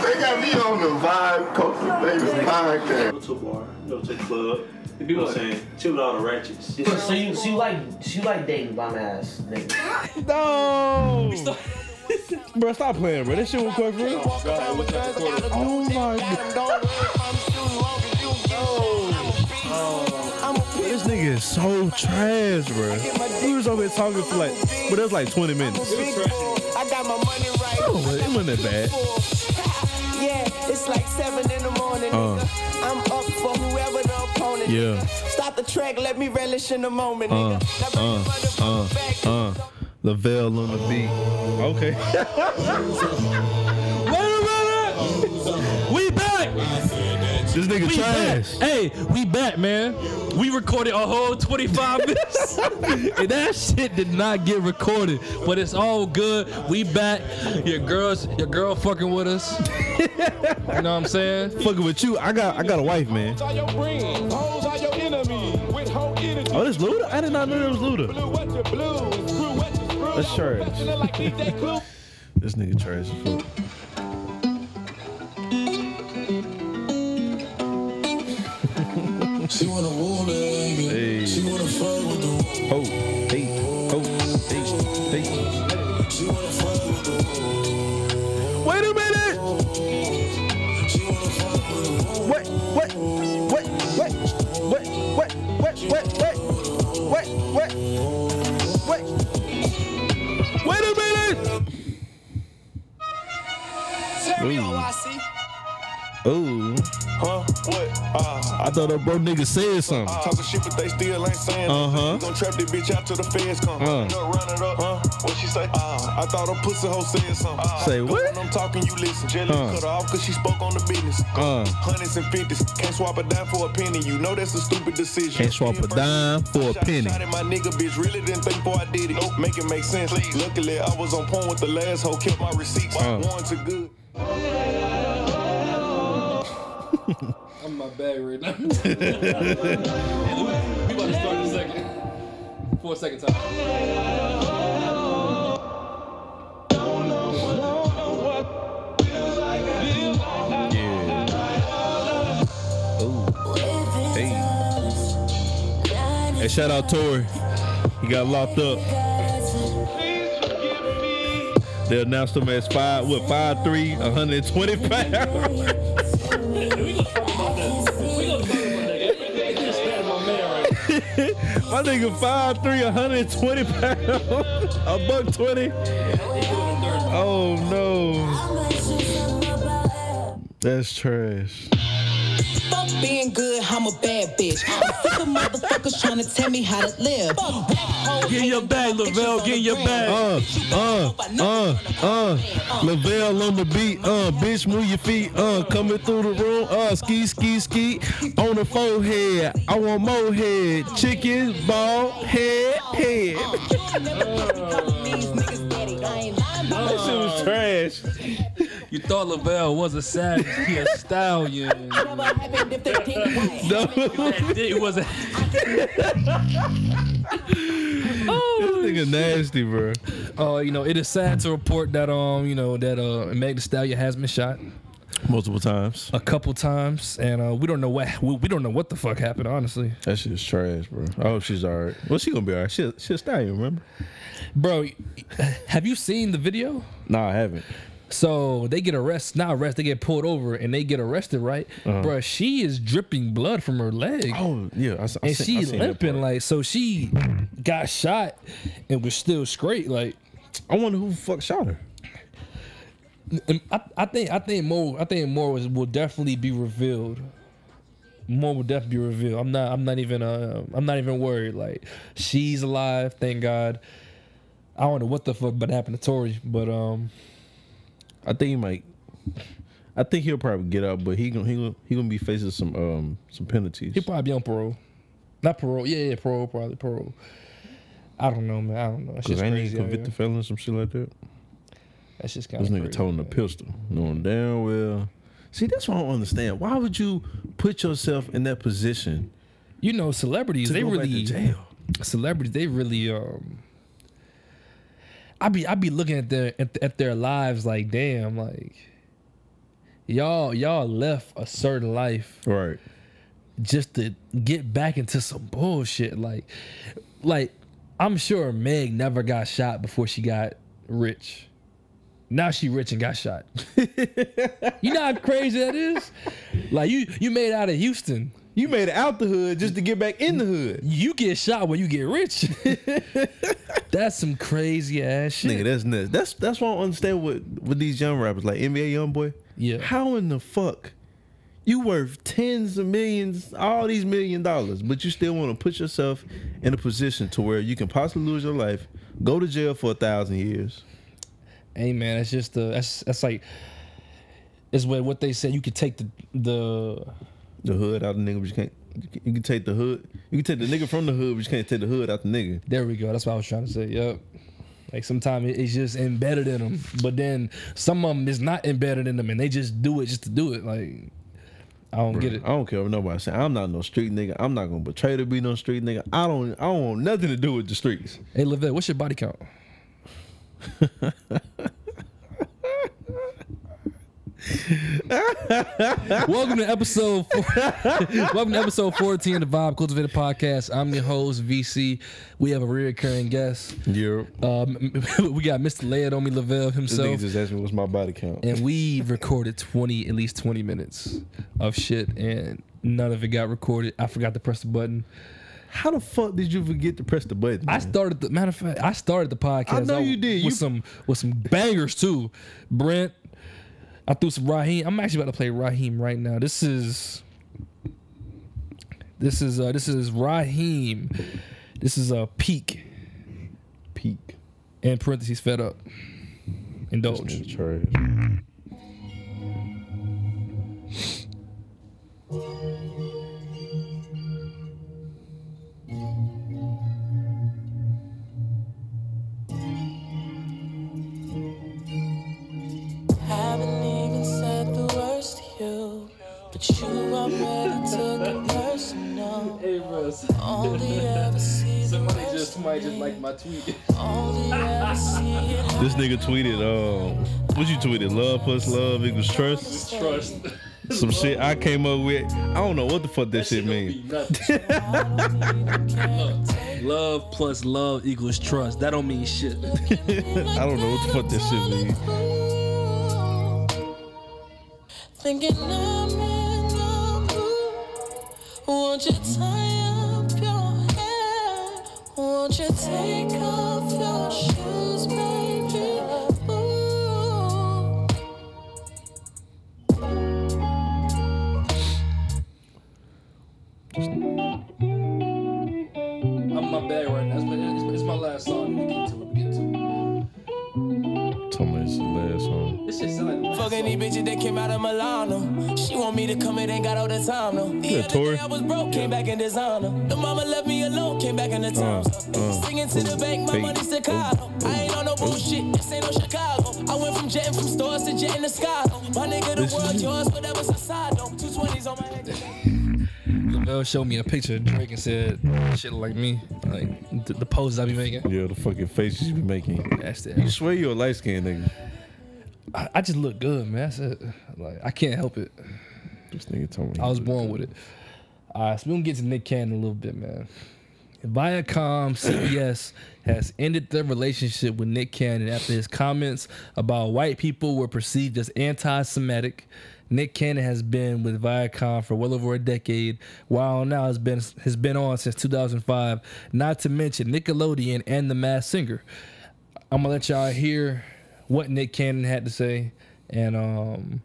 We on the Vibe Culture Baby podcast. Go to a bar, go to a club. You Do know what I'm it. saying? Chill with all the ratchets. So, so you, so you like, so you like dating bum ass niggas. No. bro, stop playing, bro. This shit was quick for real. Oh my god. This nigga is so trash, bro. We was over here talking for like, but it was like 20 minutes. I got my money right. Oh, well, it wasn't that bad. Yeah, it's like seven in the morning. Uh. nigga. I'm up for whoever the opponent. Yeah. nigga. Stop the track, let me relish in the moment. Uh, nigga. Now bring uh, the motherfucker back. uh, uh. Lavelle on the beat. Okay. Wait a minute! We back! This nigga We back! trash. Hey, we back, man. We recorded a whole 25 minutes. and that shit did not get recorded. But it's all good. We back. Your girls, your girl fucking with us. you know what I'm saying? Fucking with you. I got I got a wife, man. are your friends, hoes are your enemy. With whole energy, Oh, this Luda? I did not know that was Luda. blue what you blue, and screw what you screw. That's I'm trash. professional like DJ Clue. This nigga trash as fuck. She wanna woo the nigga. Hey. She wanna fuck with the woo. Oh, hey, oh, hey, hey. She wanna fuck with the woo. Wait a minute! She wanna fuck with the woo. What, what, what, what, what, what, what, what, what, what, what, what? Wait a minute! Ooh. Huh? What? Uh, I thought that bro nigga said something. talking shit, but they still ain't saying. Uh-huh. Gonna trap this bitch out till the feds come. Uh. Gonna run it up. Huh? What she say? Uh, I thought a pussy hoe said something. Uh, Say cause what? When I'm talking, you listen. Jelly Uh. cut her off cause she spoke on the business. Uh. Hundreds and fifties. Can't swap a dime for a penny. You know that's a stupid decision. Can't swap a dime for a Shot- penny. shot at my nigga, bitch. Really didn't think before I did it. Nope. Make it make sense. Luckily, I was on point with the last hoe. Kept my receipts. Uh. One to good. I'm in my bag right now. we about to start in a second. For a second time. Yeah. Ooh. Hey. And shout out Tori. He got locked up. They announced him as five, what, five three, 120 pounds. My nigga 5'3", 120 pounds, a buck twenty. Oh no, that's trash. Fuck being good, I'm a bad bitch. I'm sick of motherfuckers trying to tell me how to live. Fuck rap hoes, Get in your bag, Lavelle. Get in your bag. Uh, uh, uh, uh, Lavelle on the beat, uh, bitch move your feet, uh, coming through the room, uh, ski, ski, ski, on the forehead, I want more head, chicken, ball, head, head. That shit was trash. You thought Lavelle was a savage. He a stallion. No. It was a. This nigga nasty, bro. Uh, you know, it is sad to report that um, you know, that uh, Meg Thee Stallion has been shot Multiple times. a couple times, and uh, we don't know what we, we don't know what the fuck happened. Honestly, That shit's trash, bro. I hope she's alright. Well, she gonna be alright. She, she's stallion, remember? bro, have you seen the video? Nah, I haven't. So they get arrested, not arrested, they get pulled over, and they get arrested, right? Bro, she is dripping blood from her leg. Uh-huh. Oh yeah, I, s- I and seen- I she seen that limping part. like so she got shot and was still straight like I wonder who the fuck shot her. and I, I think I think more I think more was, will definitely be revealed more will definitely be revealed I'm not I'm not even uh, I'm not even worried like she's alive thank God I don't know what the fuck but happened to Tori but um I think he might. I think he'll probably get out, but he gonna he gonna, he gonna be facing some um some penalties. He'll probably be on parole. Not parole. Yeah, yeah, parole, probably parole. I don't know, man. I don't know. That's Cause just I ain't crazy. even out here. convicted felon some shit like that. That's just kind This of nigga toting a pistol, knowing damn well. See, that's what I don't understand. Why would you put yourself in that position? You know, celebrities. To They go back to really jail. celebrities. They really um. I be I be looking at their at, at their lives like damn like. Y'all, y'all left a certain life Right. just to get back into some bullshit. Like, like I'm sure Meg never got shot before she got rich. Now she rich and got shot. you know how crazy that is. Like you, you made out of Houston. You made it out the hood just to get back in the hood. You get shot when you get rich. That's some crazy ass shit. Nigga, that's nuts. That's that's why I don't understand what with these young rappers like NBA YoungBoy. Yeah. How in the fuck you worth tens of millions, all these million dollars, but you still want to put yourself in a position to where you can possibly lose your life, go to jail for a thousand years. Hey man, that's just the that's that's like it's what what they said. You could take the the The hood out the nigga, but you can't. You can take the hood. You can take the nigga from the hood, but you can't take the hood out the nigga. there we go. That's what I was trying to say. Yep. Like sometimes it's just embedded in them, but then some of them is not embedded in them, and they just do it just to do it. Like I don't get it. I don't care what nobody say. I'm not no street nigga. I'm not gonna betray to be no street nigga. I don't. I don't want nothing to do with the streets. Hey Levette, what's your body count? welcome to episode. Four, welcome to episode fourteen of the Vibe Cultivated Podcast. I'm your host VC. We have a reoccurring guest. Yeah. Um, we got Mr. Lay It on Me Lavelle This nigga himself, just asked me what's my body count. and we recorded twenty, at least twenty minutes of shit, and none of it got recorded. I forgot to press the button. How the fuck did you forget to press the button? I man? started the matter of fact. I started the podcast. I know out you did. with You- some with some bangers too. Brent, I threw some Raheem. I'm actually about to play Raheem right now. This is this is uh, this is Raheem. This is a uh, peak peak. in parentheses fed up. Indulge. Trash. Haven't even said the worst to you, but you already took it personal. Only ever see the worst in me. my tweet. Only ever see it This nigga tweeted, um, what you tweeted? Love plus love equals trust. Trust. Some shit I came up with. I don't know what the fuck that shit mean. love plus love equals trust. That don't mean shit. I don't know what the fuck that shit mean. Thinking I'm in the mood. Won't you tie up your hair? Won't you take off your shoes, baby? Ooh. I'm in my bag right now. It's my, it's, it's my last song. Let me get to it. Let me get to it. Tell me it's the last song. This shit sound like Fuck any bitch that came out of Milano. She want me to come, it ain't got all the time, no. The Yeah, other Tory. day I was broke, came back in designer. The mama left me alone, came back in the time. uh, Singing to the bank, my hey, money's Chicago. I ain't on no bullshit, this ain't no Chicago. I went from jetting from stores to jetting the sky. My nigga, the This is world you. yours, but that was a side note. 220s on my head. Lavelle showed me a picture of Drake and said, shit like me. Like, the, the poses I be making. Yeah, the fucking faces you be making. That's You it. swear you're a light skinned nigga. I, I just look good, man. That's it. Like, I can't help it. This nigga told me. I was born with it. All right, so we're going to get to Nick Cannon a little bit, man. Viacom CBS has ended their relationship with Nick Cannon after his comments about white people were perceived as anti Semitic. Nick Cannon has been with Viacom for well over a decade, while now has been has been on since 2005, not to mention Nickelodeon and The Masked Singer. I'm gonna let y'all hear what Nick Cannon had to say and um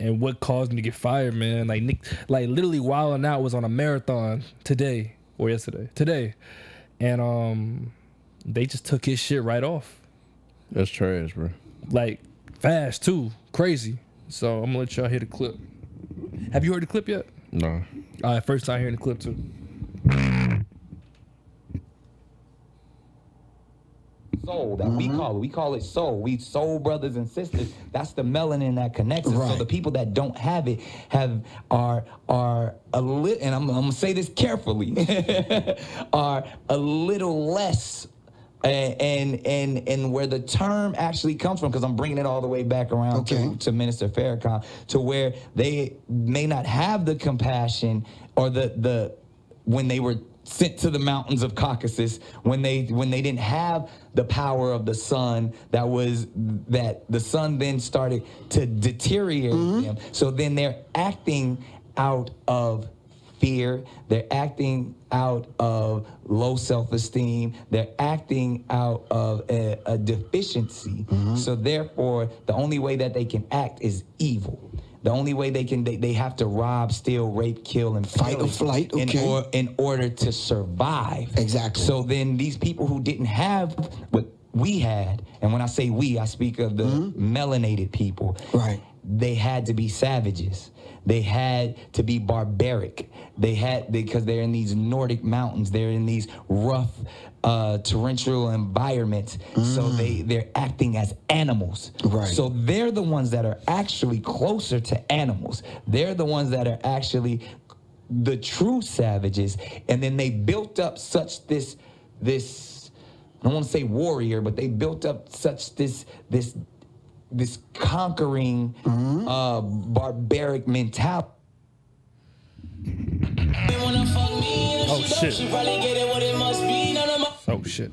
and what caused him to get fired, man. Like Nick, like literally wilding out was on a marathon today or yesterday, today, and um, they just took his shit right off, That's trash, bro. like fast too, crazy. So I'm gonna let y'all hear the clip. Have you heard the clip yet? Nah. All right, first time hearing the clip too. soul that we call it. We call it soul. We soul brothers and sisters. That's the melanin that connects us. So Right. the people that don't have it have are are a little, and I'm, I'm gonna say this carefully, are a little less and and and and where the term actually comes from because i'm bringing it all the way back around Okay. to, to minister Farrakhan, to where they may not have the compassion or the the when they were sent to the mountains of caucasus when they when they didn't have the power of the sun that was that the sun then started to deteriorate Mm-hmm. them so then they're acting out of fear. They're acting out of low self esteem. They're acting out of a, a deficiency. Mm-hmm. So, therefore, the only way that they can act is evil. The only way they can, they, they have to rob, steal, rape, kill, and Fight or pillage flight, okay. In, or, in order to survive. Exactly. So then these people who didn't have what we had, and when I say we, I speak of the melanated people Mm-hmm. Right. they had to be savages they had to be barbaric they had because they're in these nordic mountains they're in these rough uh, torrential environments so they they're acting as animals Mm. Right. so they're the ones that are actually closer to animals they're the ones that are actually the true savages and then they built up such this this i don't want to say warrior but they built up such this this this conquering Mm-hmm. uh, barbaric mentality. Oh shit. Oh shit.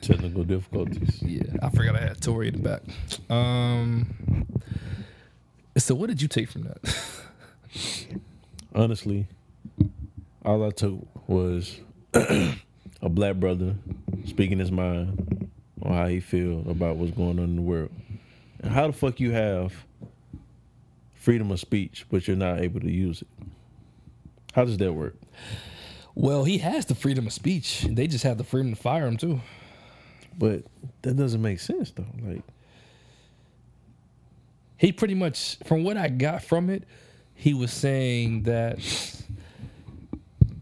Technical difficulties. Yeah, I forgot I had Tori in the back. Um. So what did you take from that? Honestly, all I took was a black brother speaking his mind on how he feel about what's going on in the world. And how the fuck you have freedom of speech, but you're not able to use it? How does that work? Well, he has the freedom of speech. They just have the freedom to fire him too. But that doesn't make sense though. Like he pretty much from what i got from it he was saying that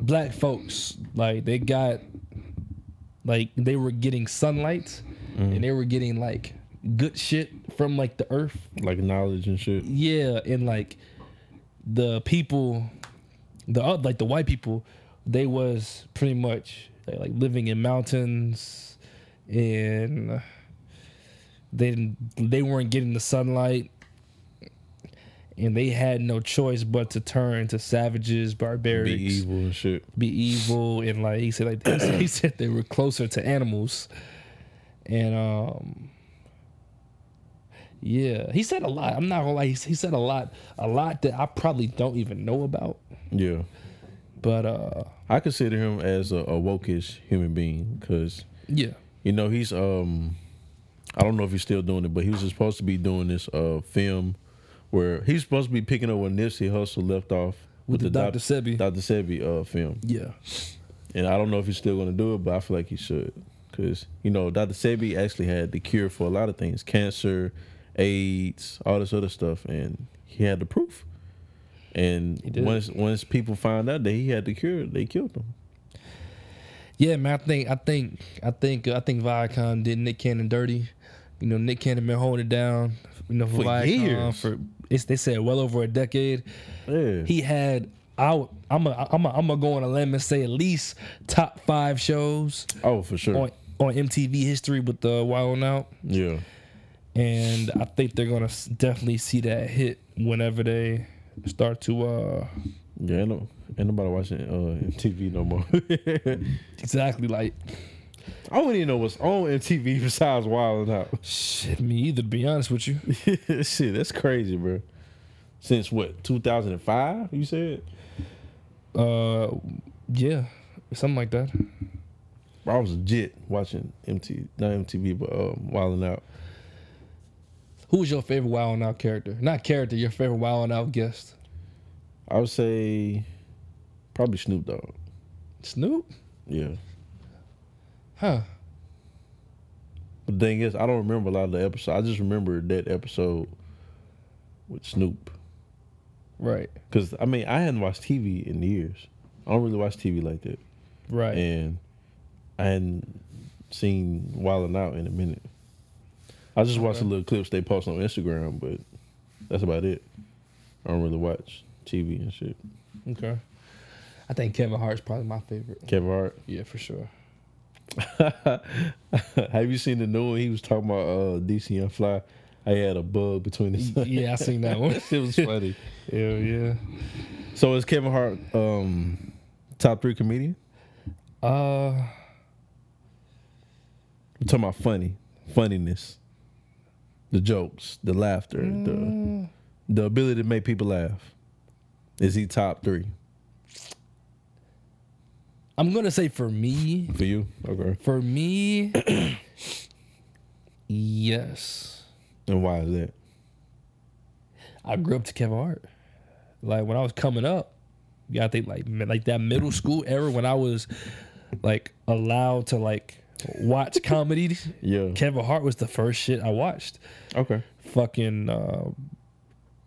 black folks like they got like they were getting sunlight and they were getting like good shit from like the earth like knowledge and shit. yeah and like the people the oth- like the white people they was pretty much they, like living in mountains and they didn't they weren't getting the sunlight and they had no choice but to turn to savages Be barbarians evil and shit. be evil and like he said like he said they were closer to animals and um yeah he said a lot i'm not gonna lie he, s- he said a lot a lot that i probably don't even know about Yeah. but uh I consider him as a, a wokish human being because yeah You know, he's um I don't know if he's still doing it, but he was supposed to be doing this uh film where he's supposed to be picking up where Nipsey Hussle left off With the Dr. Sebi. Dr. Sebi uh film. yeah And I don't know if he's still gonna do it, but I feel like he should. Cause, you know, Dr. Sebi actually had the cure for a lot of things. Cancer, AIDS, all this other stuff, and he had the proof. And did. once once people found out that he had the cure, they killed him. yeah man i think i think i think i think viacom did nick cannon dirty you know nick cannon been holding it down you know for, For viacom years. for it's, they said well over a decade Yeah. he had I, I'm a, I'm a, I'm gonna go on a limb and say at least top five shows oh, for sure. on on MTV history with the Wild 'N Out, Yeah. and I think they're gonna s- definitely see that hit whenever they start to uh Yeah, ain't, no, ain't nobody watching uh, MTV no more. I exactly like don't even know what's on MTV besides Wild 'N Out. shit me either. To be honest with you, Shit, that's crazy, bro. Since what, 2005, you said? uh, yeah, something like that. Bro, I was legit watching MTV, not MTV, but um, Wild 'N Out. Who was your favorite Wild 'N Out character? Not character, your favorite Wild 'N Out guest? I would say probably Snoop Dogg. Snoop? Yeah. Huh? But the thing is, I don't remember a lot of the episodes. I just remember that episode with Snoop. Right, Because, I mean, I hadn't watched TV in years. I don't really watch TV like that. right. and I hadn't seen Wildin' Out in a minute. I just watched the little clips they post on Instagram, but that's about it. I don't really watch TV and shit. okay. I think Kevin Hart's probably my favorite. Kevin Hart, Yeah, for sure. Have you seen the new one? He was talking about uh, DC and Fly. I had a bug between his. Yeah, I seen that one. it was funny. Yeah, yeah. So is Kevin Hart um, top three comedian? Uh, I'm talking about funny, funniness, the jokes, the laughter, Mm. the the ability to make people laugh. Is he top three I'm gonna say for me, for you? Okay, for me, yes. and why is that? I grew up to Kevin Hart. Like when I was coming up, you gotta think like mi- like that middle school era when I was like allowed to like watch comedy. Yeah. Kevin Hart was the first shit I watched. Okay, Fucking uh,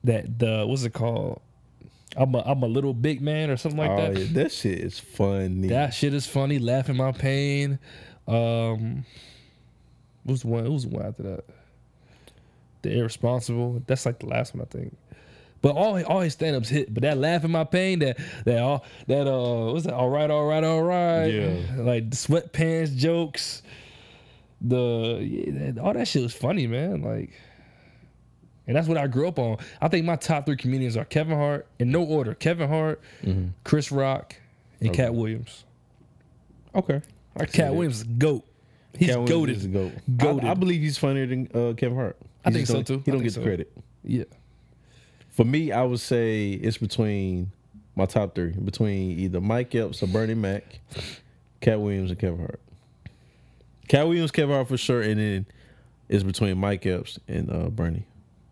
that the what's it called? I'm a I'm a little big man or something like oh, that. yeah, that shit is funny. That shit is funny. Laughing my pain. Um, what was the one? What was the one after that? The irresponsible. That's like the last one I think. But all all his stand ups hit. But that laughing my pain. That that all that uh what's that? All right, all right, all right. Yeah. Like the sweatpants jokes. The yeah, that, all that shit was funny, man. Like. And that's what I grew up on. I think my top three comedians are Kevin Hart, in no order Kevin Hart, Mm-hmm. Chris Rock, and Cat Williams. okay. I can see Cat that. Williams is GOAT. He's Cat Williams is a goaded. goat. Goated. I, I believe he's funnier than uh, Kevin Hart. I He think just so, don't- too. He I don't think get the so. credit. Yeah. For me, I would say it's between my top three between either Mike Epps or Bernie Mac, Cat Williams and Kevin Hart. Cat Williams, Kevin Hart for sure, and then it's between Mike Epps and uh, Bernie,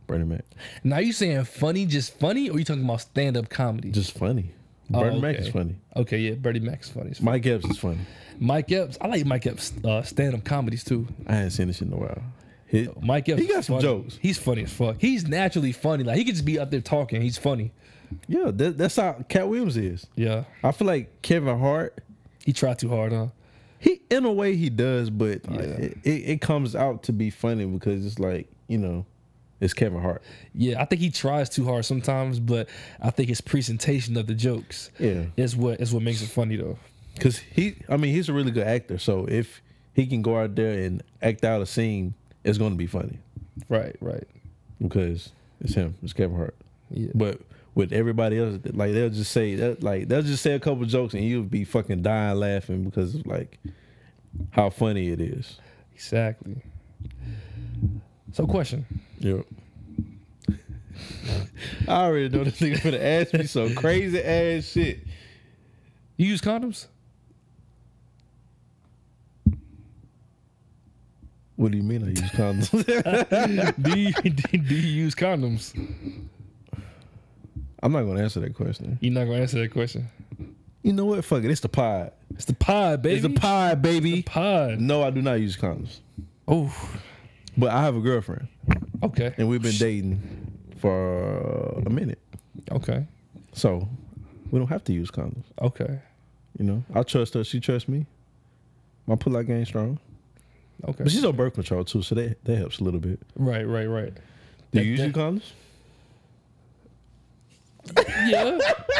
Bernie Mac. Now you saying funny, just funny, or you talking about stand up comedy? Just funny. Oh, Bernie Mac is okay. funny. okay, yeah, Bernie Mac's funny. as fuck. Mike Epps is funny. Mike Epps, I like Mike Epps uh, stand up comedies too. I haven't seen this shit in a while. He- Mike Epps, He got is some funny. jokes. He's funny as fuck. He's naturally funny. Like he could just be up there talking. He's funny. Yeah, that, that's how Cat Williams is. Yeah, I feel like Kevin Hart. he tried too hard, huh? He in a way he does, but Yeah. it, it, it comes out to be funny because it's like you know, it's Kevin Hart. Yeah, I think he tries too hard sometimes, but I think his presentation of the jokes Yeah. is what is what makes it funny though. Because he, I mean, he's a really good actor. So if he can go out there and act out a scene, it's going to be funny Right, right. because it's him. It's Kevin Hart. Yeah. But with everybody else, like they'll just say that, like they'll just say a couple jokes and you'll be fucking dying laughing because of like how funny it is. Exactly. So question. Yep. I already know this nigga gonna ask me some crazy ass shit. You use condoms? What do you mean I use condoms? do, you, do, do you use condoms? I'm not gonna answer that question. You're not gonna answer that question. You know what? Fuck it. It's the pod. It's the pod, baby. It's the pod, baby. pod. No, I do not use condoms. Oh, But I have a girlfriend, okay, and we've been dating for uh, a minute, okay, so we don't have to use condoms. okay, You know, I trust her. She trusts me. My pullout game strong, okay. but she's on birth control too, so that that helps a little bit. right, right, right. Do That- you use that- your condoms? Yeah,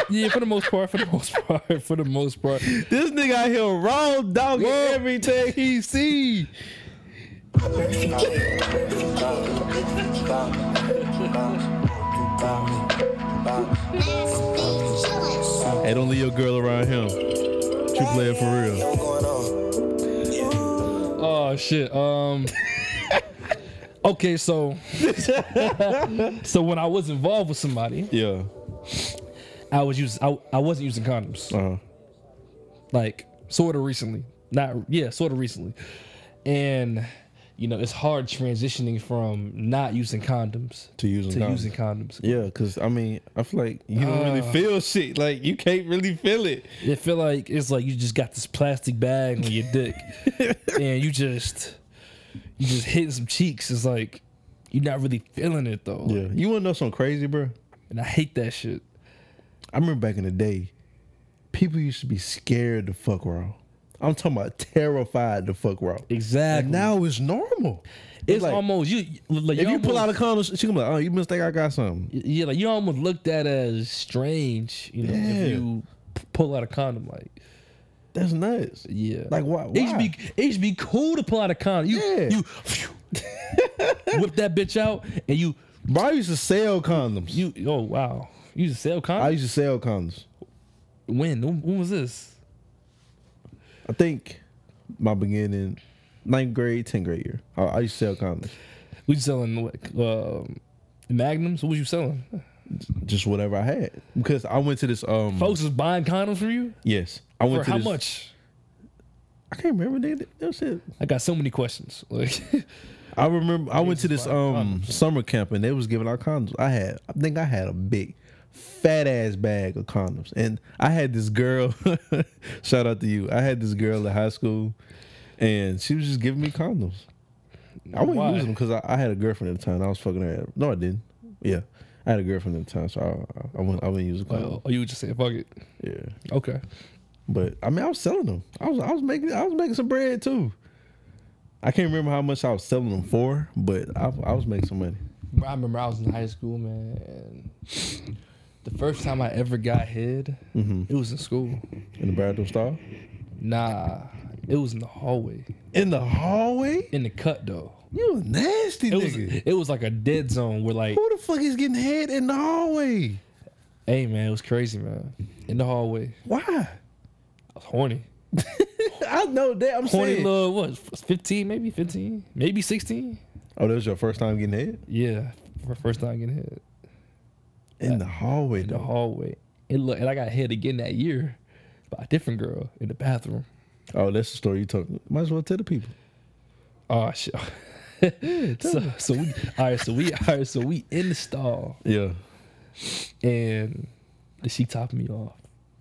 yeah. For the most part, for the most part, for the most part. This nigga out here raw dog every time he see. Hey, don't leave your girl around him. True player for real. Oh shit. Um. Okay, so so when I was involved with somebody, Yeah. I was using I, I wasn't using condoms. Uh-huh. like sort of recently. Not yeah, sort of recently. And you know, it's hard transitioning from not using condoms To using to condoms. using condoms. Yeah, because I mean, I feel like you don't really feel shit. Like, you can't really feel it. It feel like it's like you just got this plastic bag on your dick, and you just you just hitting some cheeks. It's like you're not really feeling it though. Yeah. You want to know something crazy, bro? And I hate that shit. I remember back in the day, people used to be scared to fuck raw. I'm talking about terrified to fuck raw. Exactly. And now it's normal. it's like- almost you. Like, If you pull out a almost- condom, she gonna be like, "Oh, you mistake, I got something." yeah, like you almost looked at as strange. You know, Yeah. if you p- pull out a condom, like That's nuts. Yeah. Like why? why? It should be it should be cool to pull out a condom. You Yeah. you whip that bitch out and you Bro, I used to sell condoms. you oh wow. You used to sell I condoms? used to sell condoms. when? when? When was this? I think my beginning, ninth grade, tenth grade year. I, I used to sell condoms. We you selling what um magnums? What was you selling? Just whatever I had because I went to this. Um, Folks is buying condoms from you? yes, I For went to how this, much? I can't remember. They, that shit. I got so many questions. Like I remember I went to just this buy um summer camp and they was giving out condoms. I had I think I had a big fat ass bag of condoms. And I had this girl shout out to you. I had this girl at high school and she was just giving me condoms. I wouldn't Why? use them because I, I had a girlfriend at the time. I was fucking her. No, I didn't. Yeah. I had a girlfriend at the time, so I I, I wouldn't I wouldn't use a condom. oh, you would just say fuck it. Yeah. Okay. But I mean, I was selling them. I was I was making I was making some bread too. I can't remember how much I was selling them for, but I, I was making some money. Bro, I remember I was in high school, man. and The first time I ever got hid, Mm-hmm. it was in school. In the bathroom stall? Nah, it was in the hallway, In the hallway? in the cut though. You a nasty It was nigga. it was like a dead zone where like, Who the fuck is getting head in the hallway? hey man, it was crazy, man. In the hallway, Why? I was horny, I know that. I'm horny saying. little what, fifteen, maybe fifteen, maybe sixteen. Oh, that was your first time getting head Yeah, for first time getting hit in the hallway. in the Though. hallway. And look, and I got hit again that year by a different girl in the bathroom. Oh, that's the story you talking. Might as well tell the people. Oh shit. so, so we all right, so we all right, so we in the stall Yeah. and she topping me off.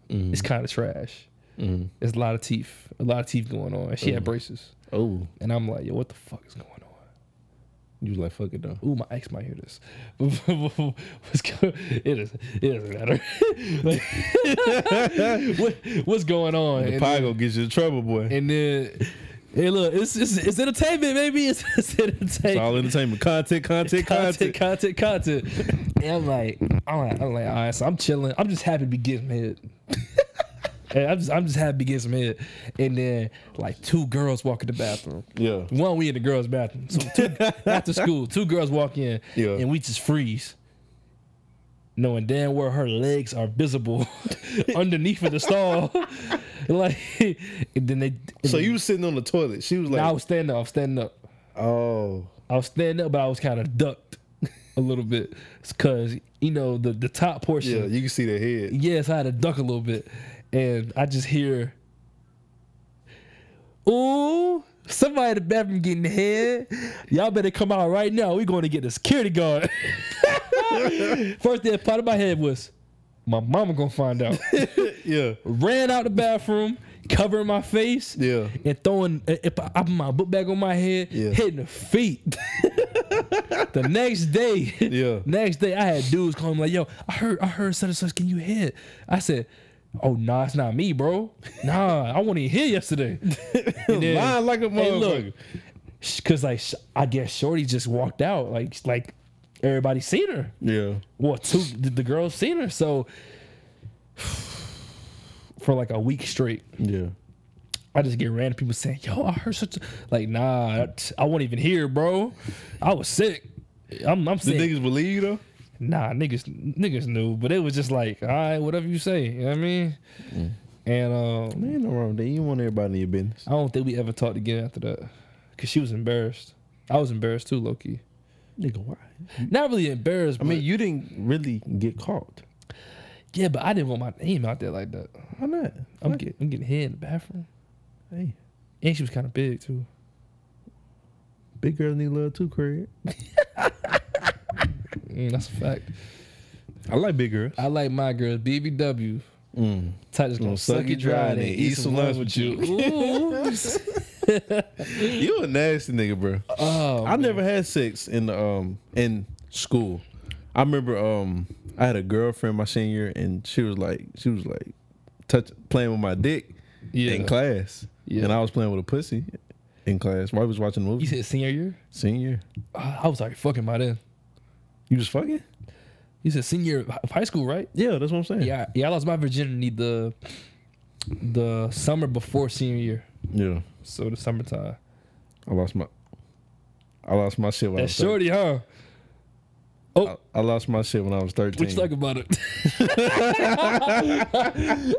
It's kind of trash. There's a lot of teeth, a lot of teeth going on. and She had braces, Oh, and I'm like, yo, what the fuck is going on? you was like fuck it though. Ooh, my ex might hear this. what's go- it is it doesn't matter. Like, what, what's going on? The And pie gonna get you in trouble, boy. And then, hey, look, it's it's, it's entertainment, baby. It's, it's It's entertainment. all entertainment, content, content, Content, content. content, content. And I'm like, I'm like, I'm like, all right. So I'm chilling. I'm just happy to be getting head. and I'm just, I'm just happy to be getting some head. And then, like, two girls walk in the bathroom. Yeah. One, we in the girls' bathroom. So two, after school, two girls walk in, Yeah. and we just freeze. Knowing damn where her legs are visible underneath of the stall, like, and then they. So you was sitting on the toilet. She was like, Now I was standing up. I was standing up. oh, I was standing up, but I was kind of ducked a little bit because you know the the top yeah. portion. You can see the head. Yes, I had to duck a little bit, and I just hear, "Ooh, somebody in the bathroom getting head. Y'all better come out right now. We going to get a security guard." First thing that popped in my head was, "My mama gonna find out." Yeah. Ran out the bathroom. Covering my face, Yeah. and throwing uh, uh, popping my book bag on my head, Yeah. hitting the feet. the next day, Yeah. next day I had dudes calling me like, "Yo, I heard, I heard such and such. Can you hit?" I said, "Oh nah, it's not me, bro. Nah, I wasn't even here yesterday." And then- Lying like a and look, motherfucker. sh- Cause like sh- I guess Shorty just walked out, like like everybody seen her. Yeah. Well, two the, the girls seen her, so for like a week straight. Yeah. I just get random people saying, "Yo, I heard such." A, like, nah, that- I wasn't even here, bro. I was sick. I'm, I'm The sick. niggas believe you though. nah, niggas, niggas knew, but it was just like, all right, whatever you say. You know what I mean? Mm. And um, Ain't no wrong with that. You want everybody in your business. I don't think we ever talked again after that, cause she was embarrassed. I was embarrassed too, Loki. Nigga, why? Not really embarrassed. I mean, you didn't really get caught. yeah, but I didn't want my name out there like that. Why not? I'm Fuck getting, it. I'm getting head in the bathroom, Hey, and she was kind of big too. big girls need love too, Craig. Mm, that's a fact. I like big girls. I like my girls, BBW. Mm. Titus gonna suck you dry and then eat some lunch with you. You a nasty nigga, bro. Oh, I never had sex in um in school. I remember um I had a girlfriend my senior year, and she was like she was like touch playing with my dick yeah. in class, Yeah. and I was playing with a pussy in class. While I was watching the movie, You said senior year? senior, year. Uh, I was already fucking by then. you was fucking. You said senior year of hi- of high school, right? Yeah, that's what I'm saying. Yeah, yeah. I lost my virginity the the summer before senior year. Yeah, So the summertime. I lost my, I lost my shit when I That was thirteen. shorty, huh? I, I lost my shit when I was thirteen. What you like about it?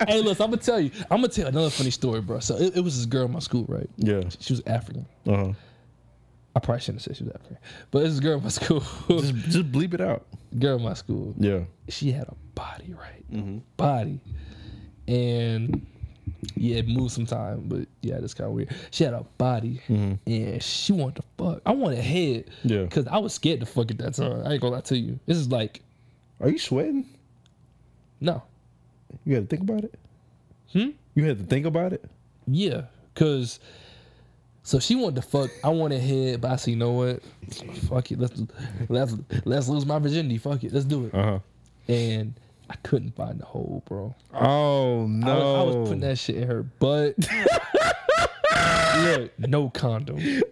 hey, listen, I'm gonna tell you. I'm gonna tell another funny story, bro. So it, it was this girl in my school, right? Yeah. She was African. Uh huh. I probably shouldn't have said she was African, but this girl in my school. Just, just bleep it out. girl in my school. Yeah. she had a body, right? Body. And yeah, it moved some time, but yeah, that's kind of weird. She had a body and she wanted to fuck. I wanted head. Yeah. Because I was scared to fuck at that time. I ain't gonna lie to you. This is like, Are you sweating? no. You had to think about it. Hmm. You had to think about it. Yeah. Because, so she wanted to fuck. I wanted head, but I said, you know what? Fuck it. Let's, let's, let's lose my virginity. Fuck it. Let's do it. Uh And I couldn't find the hole, bro. huh. Oh no. I was, I was putting that shit in her butt. Look, no condom.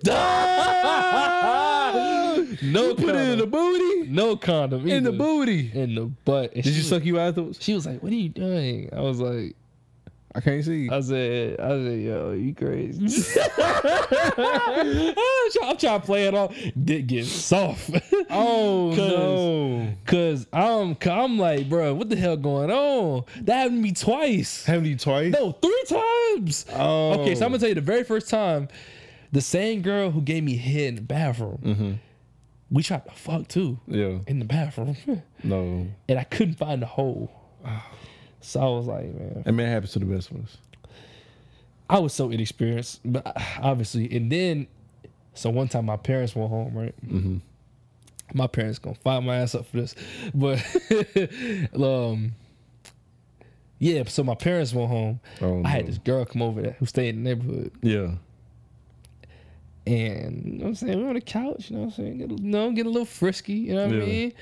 Ah. you No put it in the booty. No condom. In the either. booty. In the butt. And Did she you was- suck you afterwards? She was like, "What are you doing?" I was like, I can't see. "I said, I said, yo, you crazy." I'm try- I'm trying to play it off. Dick gets soft. Oh Cause- no. Cause I'm, i I'm like, bro, what the hell going on? That happened to me twice. Happened to you twice? No, three times. Oh. Okay, so I'm gonna tell you the very first time, the same girl who gave me head in the bathroom, Mm-hmm. we tried to fuck too Yeah. in the bathroom, No. and I couldn't find the hole. So I was like, man, I mean, it happens to the best of us. I was so inexperienced, but obviously. And then, so one time my parents went home, right? Mm-hmm. My parents gonna fire my ass up for this, but um, yeah. So my parents went home. Oh, I had no. this girl come over there who stayed in the neighborhood. Yeah. And you know what I'm saying? We on the couch, you know what I'm saying? Get a, you know, get a little frisky, you know what Yeah. I mean?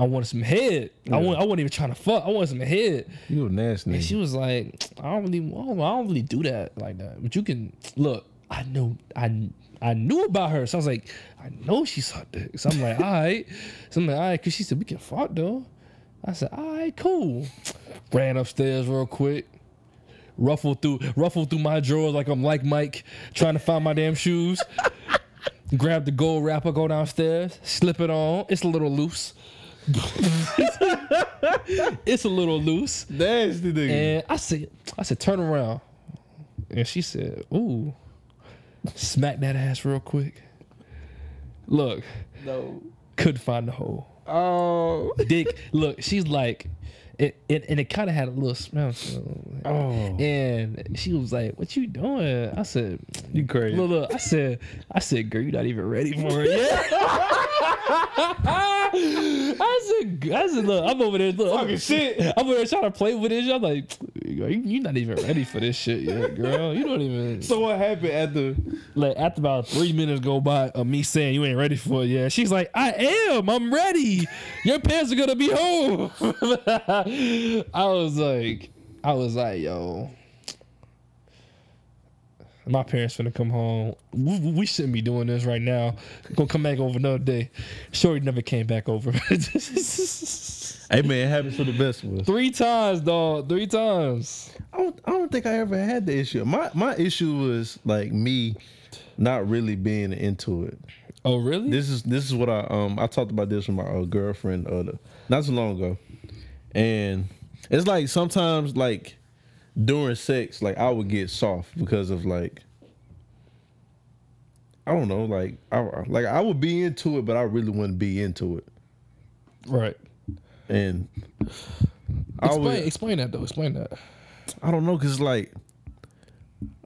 I wanted some head. I want I wasn't even trying to fuck. I wanted some head. You a nasty. And nigga. she was like, I don't really I don't, I don't really do that like that. But you can look, I know I I knew about her. So I was like, I know she sucked dick. So I'm like, all right. So I'm like, all right, cause she said we can fuck though. I said, all right, cool. Ran upstairs real quick. Ruffled through ruffled through my drawers like I'm like Mike, trying to find my damn shoes. Grab the gold wrapper, go downstairs, slip it on. It's a little loose. it's a little loose. nasty nigga. And I said, I said, turn around. And she said, ooh, smack that ass real quick. Look, no. could find the hole. Oh. Dick, look, she's like, it, it, and it kind of had a little smell. to it. Oh. And she was like, "What you doing?" I said, You crazy. "Look, look." I said, "I said, girl, you not even ready for it." yet." I said, I said, look, I'm over there, look, I'm, shit. I'm over there trying to play with this. I'm like, girl, you, you not even ready for this shit yet, girl. You don't even. So what happened at the? like after about three minutes go by of me saying you ain't ready for it yet, she's like, I am, I'm ready. Your parents are gonna be home. I was like, I was like, yo, my parents finna come home. We, we shouldn't be doing this right now. Gonna come back over another day. Shorty never came back over. Hey man, it happens to the best of us. Three times, dog. Three times. I don't, I don't think I ever had the issue. My my issue was like me not really being into it. Oh, really? This is this is what I um I talked about this with my uh, girlfriend uh, the- not so long ago, and it's like sometimes like during sex like I would get soft because of like I don't know like I like I would be into it but I really wouldn't be into it right. and I Explain, would, explain that though. Explain that. I don't know, cause like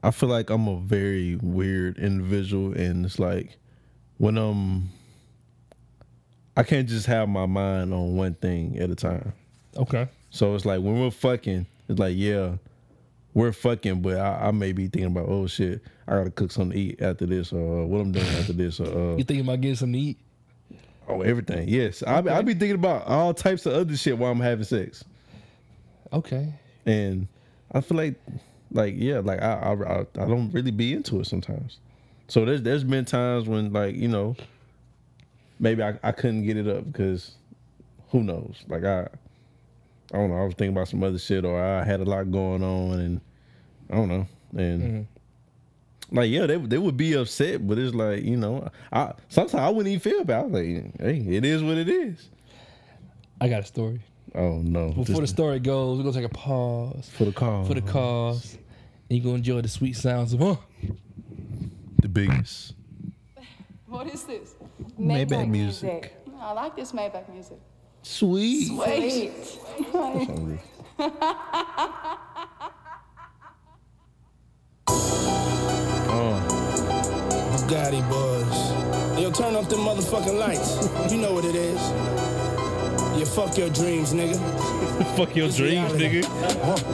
I feel like I'm a very weird individual, and it's like when I'm, I can't just have my mind on one thing at a time. Okay. So it's like when we're fucking, it's like yeah, we're fucking, but I, I may be thinking about oh shit, I gotta cook something to eat after this, or uh, what I'm doing after this, or uh, You thinking about getting something to eat? oh everything. Yes, I I be thinking about all types of other shit while I'm having sex. Okay. and I feel like, like yeah, like I I, I, I don't really be into it sometimes. So there's there's been times when like you know, maybe I, I couldn't get it up because who knows? Like I I don't know. I was thinking about some other shit or I had a lot going on and I don't know. And Mm-hmm. like, yeah, they they would be upset, but it's like, you know, I sometimes I wouldn't even feel bad. I was like, hey, it is what it is. I got a story. Oh no. Before the Just story goes, we're gonna take a pause for the call. for the cause. And you're gonna enjoy the sweet sounds of huh. The biggest. What is this? Maybach Maybach music. I like this Maybach music. Sweet. Wait. Hungry. Oh, Bugatti boys. Yo, turn off the motherfucking lights. You know what it is. You fuck your dreams, nigga. fuck your dreams, nigga.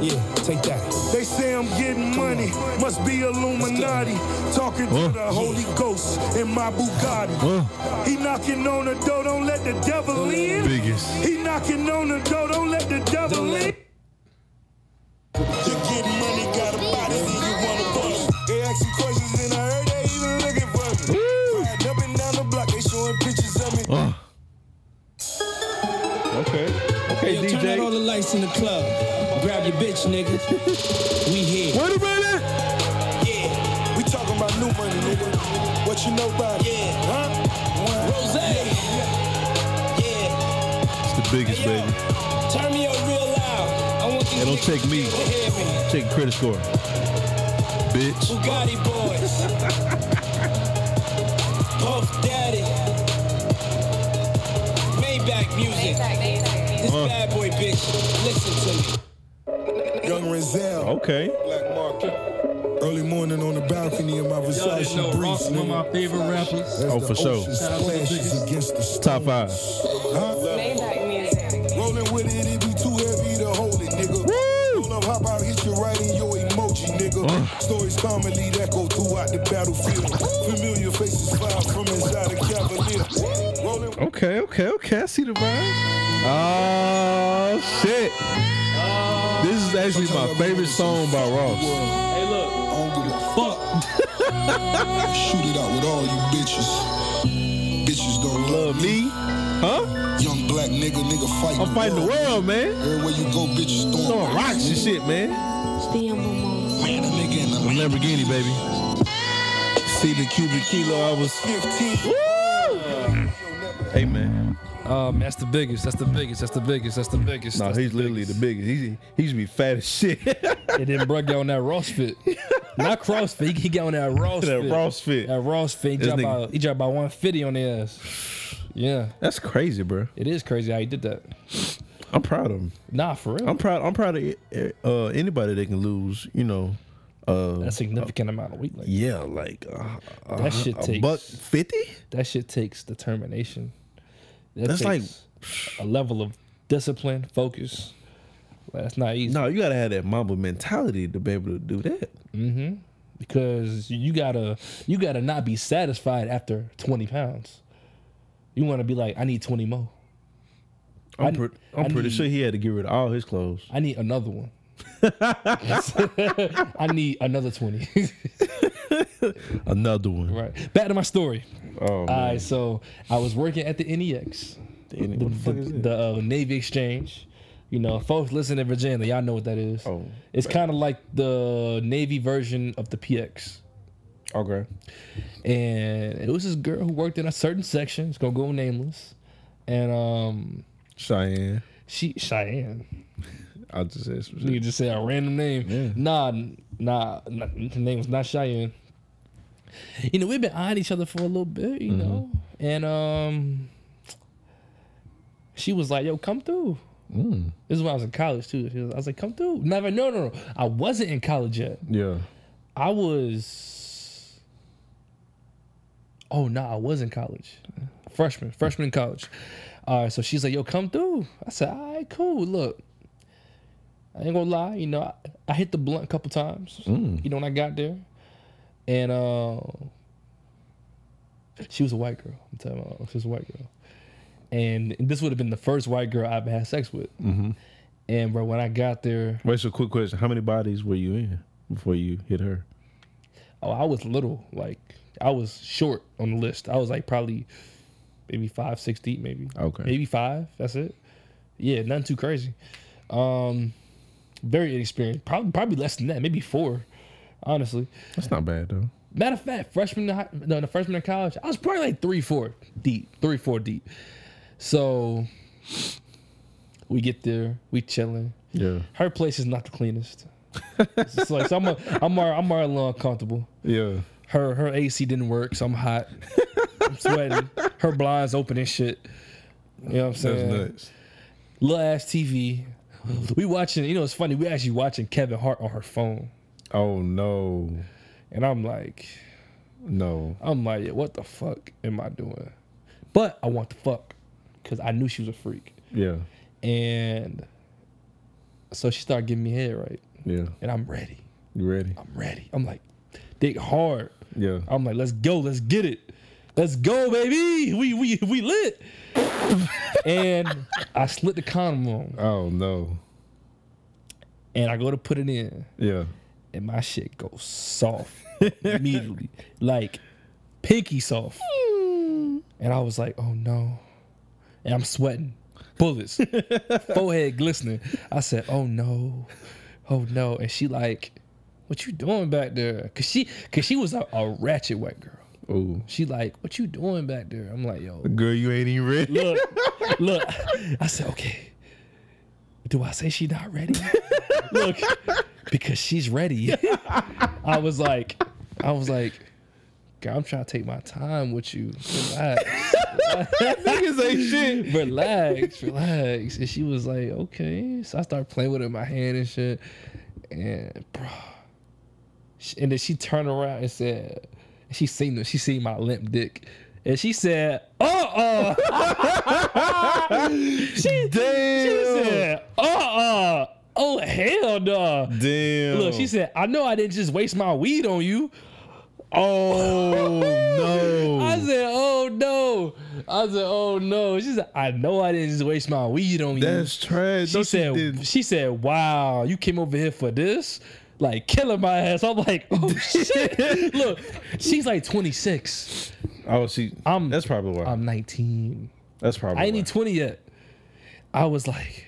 Yeah, take that. They say I'm getting money, must be Illuminati. Talking to Huh? the Holy Ghost in my Bugatti. Huh? He knocking on the door, don't let the devil in. Biggest. He knocking on the door, don't let the devil in. You get money, got a body, then you wanna bust. They ask you questions, and I heard they even looking for me. Riding up and down the block, they showing pictures of me. Oh. Okay. Okay, Yo, turn out all DJ. the lights in the club. Grab your bitch, nigga. We here. Wait a minute. Yeah. We talking about new money, nigga. What you know about? it? Yeah. Huh? Rose. Yeah. It's the biggest, Hey, yo, baby. Turn me up real loud. I want these It don't niggas take me. to hear me. Take credit score. Bitch. Bugatti boys. Puff Daddy. Maybach music. This Uh. bad boy bitch. Listen to me. Young Renzel, Okay. Black market. early morning on the balcony in my Versace briefs, Ross, one of nigga. my favorite rappers. As Oh, the for sure. ocean splashes against the stones. Top five. Huh? Maybach music. Rolling with it, it be too heavy to hold it, nigga. Woo! Roll up, hop out, hit you right in your emoji, nigga. Stories commonly that go throughout the battlefield. Familiar faces fly from inside a cavalier. Rolling Okay, okay, okay. I see the vibe. Oh shit. Oh. This is actually my favorite song by Ross. Hey, look. I don't give a fuck. Shoot it out with all you bitches. Bitches don't love Love me. Huh? me. Young black nigga, nigga fighting. I'm fighting the world, man. Everywhere you go, bitches Throwing throwing rocks and shit, man. Man, a nigga in the I'm Lamborghini, baby. See the cubic kilo I was. 15. Hey man. Um, that's the biggest. That's the biggest. That's the biggest. That's the biggest. No, that's he's the literally the biggest. He he used to be fat as shit. that And then bro got on that Ross fit. Not CrossFit. He got on that Ross fit. Ross fit. That Ross fit. He This dropped, nigga- about, he dropped about 150 on the ass. Yeah. That's crazy, bro. It is crazy how he did that. I'm proud of him. Nah, for real. I'm proud. I'm proud of uh, anybody that can lose. You know. Uh, a significant amount of weight. Like, yeah, like uh, uh, That shit a takes- buck fifty. That shit takes determination. That That's like- a level of discipline, focus. Like, that's not easy No, you gotta have that mamba mentality to be able to do that. because you gotta you gotta not be satisfied after 20 pounds. You want to be like, I need 20 more. I'm, I- pre- I'm I pretty need- sure he had to get rid of all his clothes. I need another one. I need another 20. Another one. right. Uh, Back to my story. Oh, All man. right, so I was working at the NEX, The- E the, what the fuck is the- it? the, uh, Navy Exchange. You know, folks listen in Virginia, y'all know what that is. Oh, it's kind of like the Navy version of the PX. okay. And it was this girl who worked in a certain section. It's gonna go nameless. And um, Cheyenne. she Cheyenne. I just said some You shit. could just say a random name. Yeah. Nah, nah, nah, her name was not Cheyenne. You know, we've been eyeing each other for a little bit, you know, and um, she was like, "Yo, come through." This is when I was in college too. She was, I was like, "Come through." Never, no, no, no. I wasn't in college yet. Yeah. I was. Oh no, I was in college, freshman, freshman in college. All right, so she's like, "Yo, come through." I said, "All right, cool. Look, I ain't gonna lie. You know, I, I hit the blunt a couple times. You know, when I got there, and uh, she was a white girl. I'm telling you, she was a white girl, and this would have been the first white girl I've had sex with. And bro, when I got there, Wait, so quick question: How many bodies were you in before you hit her? Oh, I was little. Like I was short on the list. I was like probably maybe five, six deep, maybe. Okay. Maybe five. That's it. Yeah, nothing too crazy. Um, very inexperienced. Probably probably less than that. Maybe four. honestly. That's not bad though. Matter of fact, freshman in hi- no, the freshman in college, I was probably like three, four deep, three, four deep. So we get there, we chilling. Yeah. Her place is not the cleanest. it's just like so I'm a, I'm already, I'm already a little uncomfortable. Yeah. Her her AC didn't work, so I'm hot. I'm sweating. Her blinds open and shit. You know what I'm saying? nuts. Little ass TV. We watching. You know, it's funny. We actually watching Kevin Hart on her phone. Oh no. And I'm like, no. I'm like, yeah, what the fuck am I doing? But I want the fuck because I knew she was a freak. Yeah. And so she started giving me head, right? Yeah. And I'm ready. You ready? I'm ready. I'm like, dick hard. Yeah. I'm like, let's go, let's get it. Let's go, baby. We we we lit. and I slit the condom on. Oh no. And I go to put it in. Yeah. And my shit goes soft immediately. Like pinky soft. And I was like, oh no. And I'm sweating. Bullets. Forehead glistening. I said, oh no. Oh no. And she like, what you doing back there? Cause she cause she was a, a ratchet wet girl. Ooh. She like, what you doing back there? I'm like, yo, Girl, you ain't even ready. Look, look. I said, okay. Do I say she not ready? look, because she's ready. I was like, I was like, girl, I'm trying to take my time with you. Relax. Niggas ain't shit. Relax, relax. And she was like, okay. So I started playing with it in my hand and shit. And bro. she- And then she turned around and said, she seen the, she seen my limp dick. And she said, uh uh she, Damn. she said, uh uh Oh hell no. Damn. Look, she said, I know I didn't just waste my weed on you. Oh no. I said, oh no. I said, oh no. She said, I know I didn't just waste my weed on you. That's trash. She No, she said, didn't. she said, wow, you came over here for this? Like killing my ass. I'm like, oh shit. Look, she's like 26. Oh, she. I'm. That's probably why. I'm 19. that's probably. I ain't why. even 20 yet. I was like,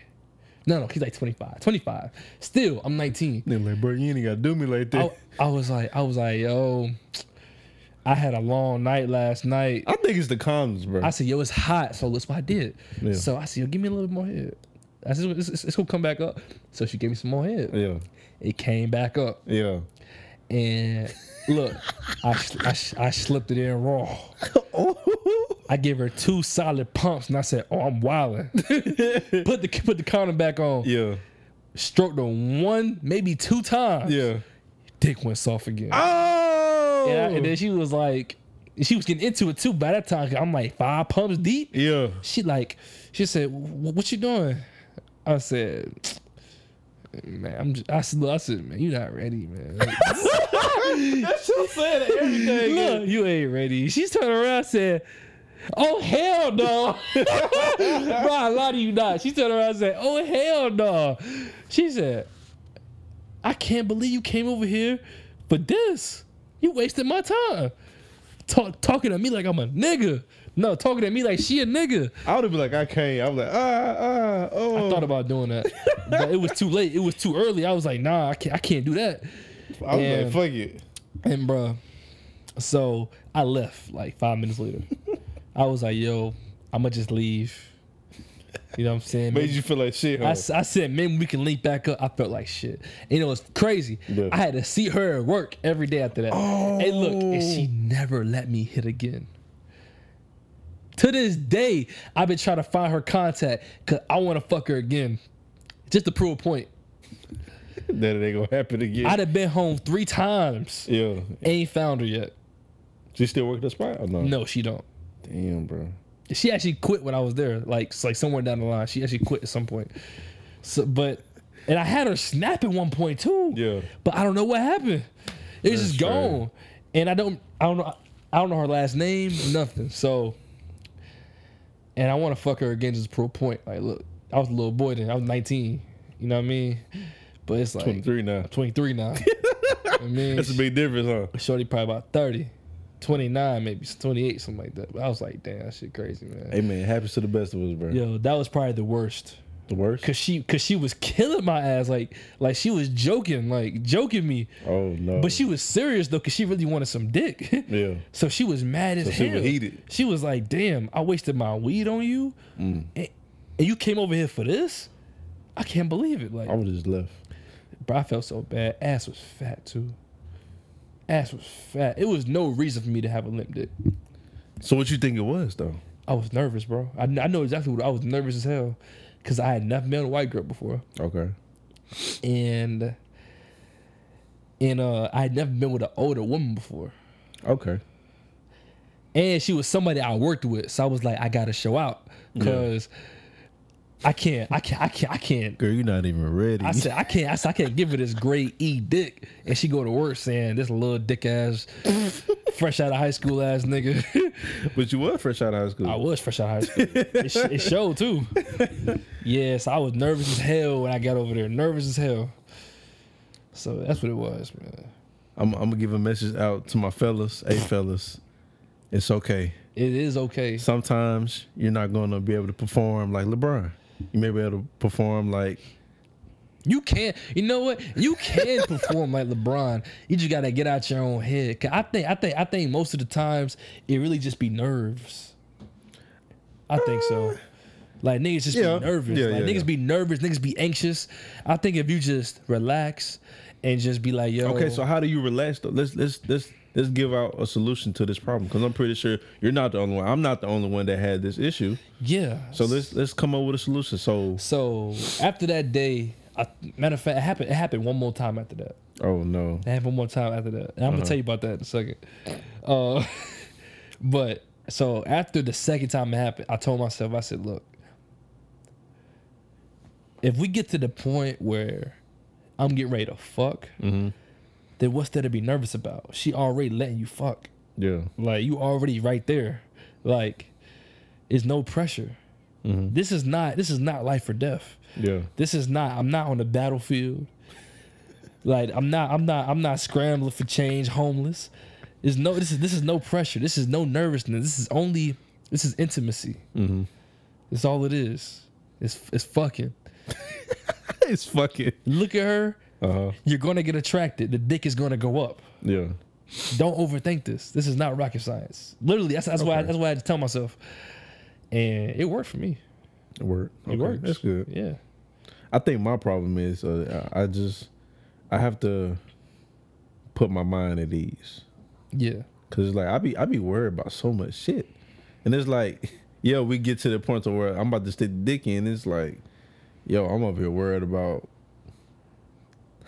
no, no, he's like 25. 25. Still, I'm 19. They like, bro, you ain't gotta do me like that. I, I was like, I was like, yo, I had a long night last night. I think it's the condoms, bro. I said, yo, it's hot. So that's what I did. Yeah. So I said, yo, give me a little bit more head. I said, it's, it's, it's gonna come back up. So she gave me some more head. yeah, It came back up. yeah. And look, I, s- I, s- I slipped it in raw. I gave her two solid pumps and I said, oh, I'm wilding. put the put the condom back on. Yeah, Stroked her one, maybe two times. yeah. Dick went soft again. Oh, Yeah, and then she was like, she was getting into it too. By that time, I'm like five pumps deep. yeah. She like, she said, "Wh- "What you doing?" I said, "Man, I'm just." I said, look, I said "Man, you not ready, man." That's what I'm saying. Everything. look, you ain't ready. She turned around and said, Oh hell no. Bro, I lie to you not. She turned around and said, Oh hell no. She said, I can't believe you came over here for this. You wasted my time. Talk, talking to me like I'm a nigga. No, talking to me like she a nigga. I would have been like, I can't. I'm like, ah, ah, oh. I thought about doing that. but it was too late. It was too early. I was like, nah, I can't I can't do that. I was Yeah. like, fuck it. And bruh, so I left like five minutes later. I was like, yo, I'ma just leave. You know what I'm saying? Made you feel like shit. Huh? I, s- I said, man, we can link back up. I felt like shit. And it was crazy. Yeah. I had to see her at work every day after that. And look, and she Oh. never let me hit again. To this day, I've been trying to find her contact because I want to fuck her again. Just to prove a point. that it ain't gonna happen again. I'd have been home three times. yeah. Ain't found her yet. She still working the spot? Or no. No, she don't. Damn, bro. She actually quit when I was there, like s- like somewhere down the line. She actually quit at some point. So, but and I had her snap at one point too. Yeah. But I don't know what happened. It That's was just fair. gone, and I don't I don't know I don't know her last name, nothing. So, and I want to fuck her again just to prove a point. Like, look, I was a little boy then. I was 19. You know what I mean? But it's like 23, 23 now. now. I mean, That's a big difference, huh? Shorty probably about 30, 29 maybe, 28, something like that. But I was like, damn, that shit crazy, man. Hey, man, happens to the best of us, bro. Yo, that was probably the worst. The worst. Cause she, cause she was killing my ass. Like, like she was joking, like joking me. Oh no. But she was serious though, cause she really wanted some dick. Yeah. so she was mad as So she hell. was heated. She was like, "Damn, I wasted my weed on you, Mm. and, and you came over here for this? I can't believe it!" Like, I would have just left. bro, I felt so bad. Ass was fat too. Ass was fat. It was no reason for me to have a limp dick. So what you think it was though? I was nervous, bro. I, kn- I know exactly what I was nervous as hell, cause I had never met a white girl before. Okay. and and uh I had never been with an older woman before. Okay. And she was somebody I worked with, so I was like, I gotta show out because I can't, I can't, I can't, I can't. Girl, you're not even ready. I said I can't, I said I can't give her this great E dick, and she go to work saying this little dick ass, fresh out of high school ass nigga. but you were fresh out of high school. I was fresh out of high school. It, sh- it showed too. Yeah, so I was nervous as hell when I got over there. Nervous as hell. So that's what it was, man. I'm, I'm gonna give a message out to my fellas. Hey, fellas, it's okay. It is okay. Sometimes you're not gonna be able to perform like LeBron. You may be able to perform like You can, you know what? You can perform like LeBron. You just gotta get out your own head. 'Cause I think, I think, I think most of the times it really just be nerves. I think so. Like niggas just Yeah. be nervous. Yeah, like yeah, niggas yeah. be nervous. Niggas be anxious. I think if you just relax and just be like, yo. Okay, so how do you relax though? Let's let's let's let's give out a solution to this problem because I'm pretty sure you're not the only one. I'm not the only one that had this issue. yeah. So let's let's come up with a solution. So So after that day, I, matter of fact, it happened. It happened one more time after that. oh no, It happened one more time after that. And I'm Uh-huh. gonna tell you about that in a second. Uh, but so after the second time it happened, I told myself, I said, look, if we get to the point where I'm getting ready to fuck, then what's there to be nervous about? She already letting you fuck. yeah, Like you already right there. Like it's no pressure. This is not this is not life or death. yeah, This is not I'm not on the battlefield. Like I'm not I'm not I'm not scrambling for change homeless. There's no this is this is no pressure. This is no nervousness. This is only this is intimacy. mm-hmm. That's all it is. It's it's fucking. it's fucking Look at her. uh huh, You're gonna get attracted. The dick is gonna go up. yeah. don't overthink this. This is not rocket science. Literally, that's that's why Okay. that's why I had to tell myself. And it worked for me. It worked. It works. That's good. Yeah. I think my problem is uh, I I just I have to put my mind at ease. Yeah. Cause it's like I be I be worried about so much shit, and it's like, yo, we get to the point to where I'm about to stick the dick in. It's like, yo, I'm up here worried about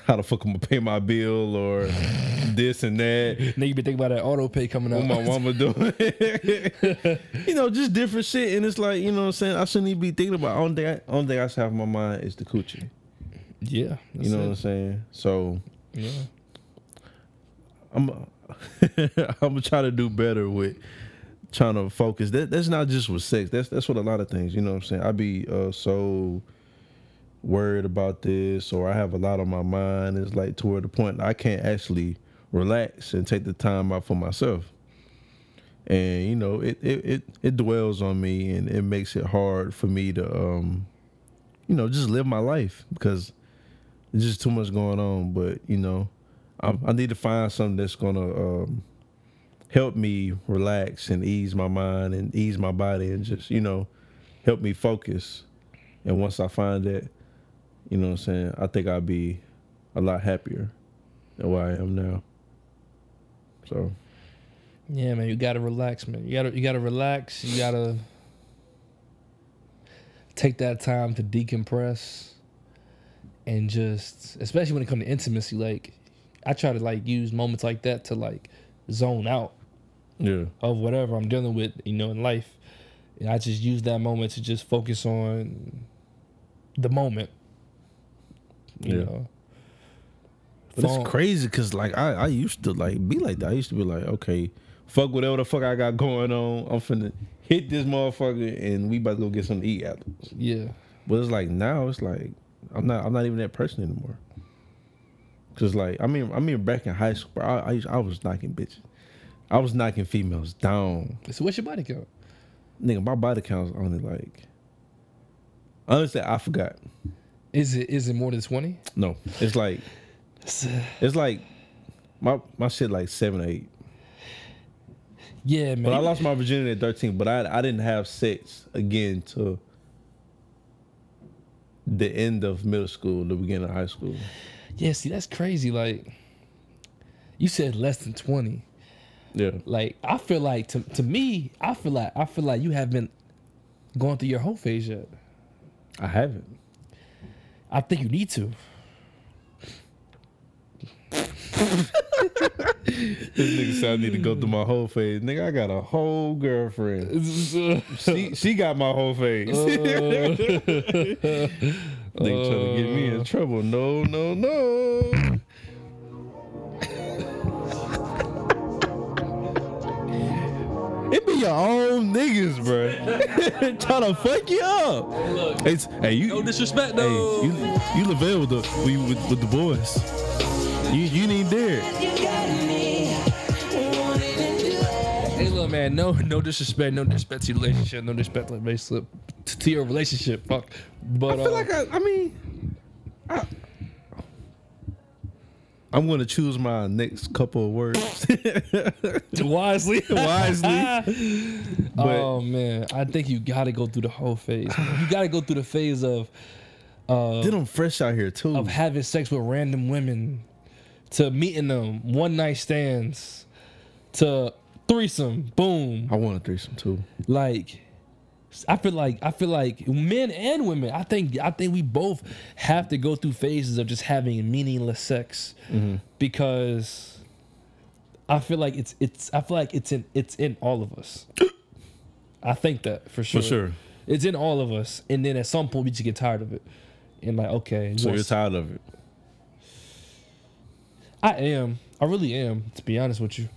how the fuck I'm gonna pay my bill or this and that. Now you been thinking about that auto pay coming out. What my mama doing? you know, just different shit. And it's like, you know what I'm saying? I shouldn't even be thinking about. Only thing I, only thing I should have in my mind is the coochie. yeah. You know what I'm saying? So Yeah. I'm I'm gonna try to do better with trying to focus. That that's not just with sex. That's that's with a lot of things. You know what I'm saying? I be uh, so worried about this, or I have a lot on my mind. It's like toward the point I can't actually relax and take the time out for myself. And you know, it it it, it dwells on me, and it makes it hard for me to um, you know, just live my life because there's just too much going on. But you know, I, I need to find something that's gonna um, help me relax and ease my mind and ease my body and just you know help me focus. And once I find that, you know what I'm saying, I think I'll be a lot happier than where I am now. So Yeah, man. You gotta relax, man. You gotta you gotta relax. You gotta take that time to decompress and just especially when it comes to intimacy, like I try to like use moments like that to like zone out. yeah, of whatever I'm dealing with, you know, in life. And I just use that moment to just focus on the moment. You Yeah. know. But Phone- it's crazy because like I, I used to like be like that. I used to be like, okay, fuck whatever the fuck I got going on. I'm finna hit this motherfucker and we about to go get something to eat afterwards. Yeah. But it's like now it's like I'm not I'm not even that person anymore. Cause like I mean I mean back in high school, I I, used, I was knocking bitches. I was knocking females down. So what's your body count? Nigga, my body count's only like Honestly, I forgot. Is it is it more than twenty? No, it's like it's like my my shit like seven or eight. Yeah, man. But I lost my virginity at thirteen. But I I didn't have sex again till the end of middle school, the beginning of high school. Yeah, see, that's crazy. Like, you said less than twenty. Yeah. Like, I feel like to to me, I feel like I feel like you haven't gone through your whole phase yet. I haven't. I think you need to. This nigga said I need to go through my whole phase. Nigga, I got a whole girlfriend. she she got my whole phase. Nigga trying to get me in trouble. No, no, no. It be your own niggas, bruh. trying to fuck you up. Look, it's, hey, you, no disrespect, though. Hey, you, you Lavelle with the, we- with, with the boys. You, you need there. Hey, little man, no, no disrespect, no disrespect to your relationship, no disrespect to, relationship, to, to your relationship, fuck. But I uh, feel like I, I mean, I, am gonna choose my next couple of words wisely, Uh, wisely. But- oh man, I think you got to go through the whole phase. man. You got to go through the phase of uh, Then I'm fresh out here too. of having sex with random women, to meeting them, one night stands, to threesome, boom. I want a threesome too. Like, I feel like I feel like men and women. I think I think we both have to go through phases of just having meaningless sex Mm-hmm. because I feel like it's it's I feel like it's in it's in all of us. I think that for sure. sure. It's in all of us. And then at some point we just get tired of it. And like, okay. So once- you're tired of it. I am. I really am, to be honest with you.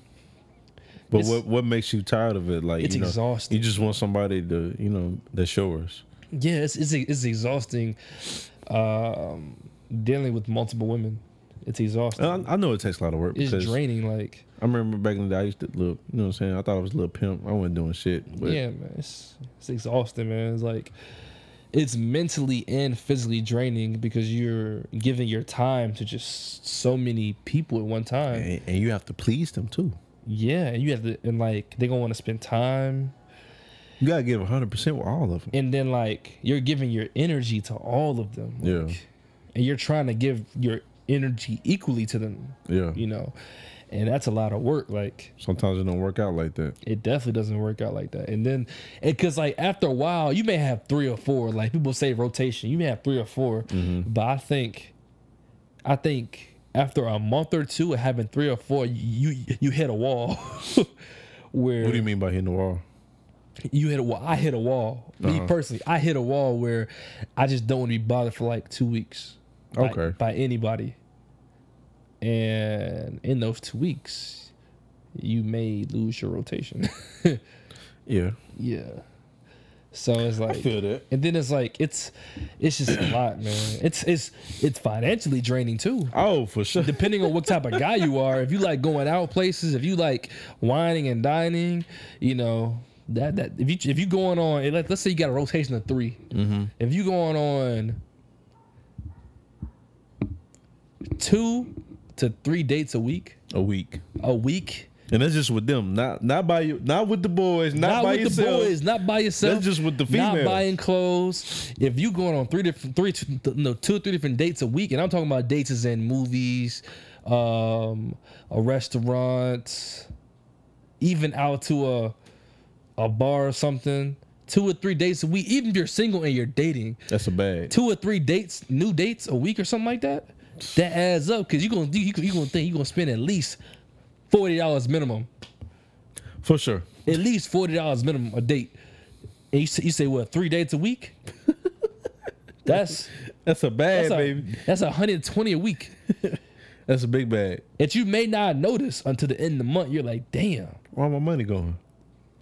But It's- what what makes you tired of it? Like It's you know, exhausting. You just want somebody to you know that's yours. Yeah, it's it's, it's exhausting um, dealing with multiple women. It's exhausting. And I, I know it takes a lot of work. it's because draining. Like, I remember back in the day, I used to look. You know what I'm saying? I thought I was a little pimp. I wasn't doing shit. But yeah, man, it's, it's exhausting, man. It's like it's mentally and physically draining because you're giving your time to just so many people at one time. and, and you have to please them too. Yeah, and you have to, and like they gonna want to spend time, You gotta give 100 percent with all of them. and then like you're giving your energy to all of them. Yeah. like, and you're trying to give your energy equally to them. Yeah. you know, and that's a lot of work. Like Sometimes it don't work out like that. it definitely doesn't work out like that. And then, because like after a while, you may have three or four. Like people say rotation, you may have three or 4 Mm-hmm. but I think, I think after a month or two of having three or four, you you hit a wall. where What do you mean by hitting the wall? you hit a wall. I hit a wall. Me Uh-huh. personally, I hit a wall where I just don't want to be bothered for like two weeks. by- Okay. By anybody. And in those two weeks, you may lose your rotation. Yeah. yeah. So it's like feel that. And then it's like it's it's just a lot, man. It's it's it's financially draining too. Oh, for sure. Depending on what type of guy you are, if you like going out places, if you like whining and dining, you know that that if you if you going on, and let, let's say you got a rotation of 3 if you going on two to three dates a week, A week. a week, And that's just with them, not not by you, not with the boys, not, not, by with yourself. the boys, not by yourself. That's just with the Not females. buying clothes. If you going on three different, three, two, no, two or three different dates a week, and I'm talking about dates as in movies, um, a restaurant, even out to a a bar or something. Two or three dates a week. Even if you're single and you're dating, That's a bag. two or three dates, new dates a week or something like that. That adds up because you're gonna you, you gonna think you're gonna spend at least forty dollars minimum For sure. at least forty dollars minimum a date. And you say, you say what? Three dates a week? That's That's a bag, that's a, baby. that's a hundred and twenty a week That's a big bag. that you may not notice until the end of the month. You're like, damn, Where my money going?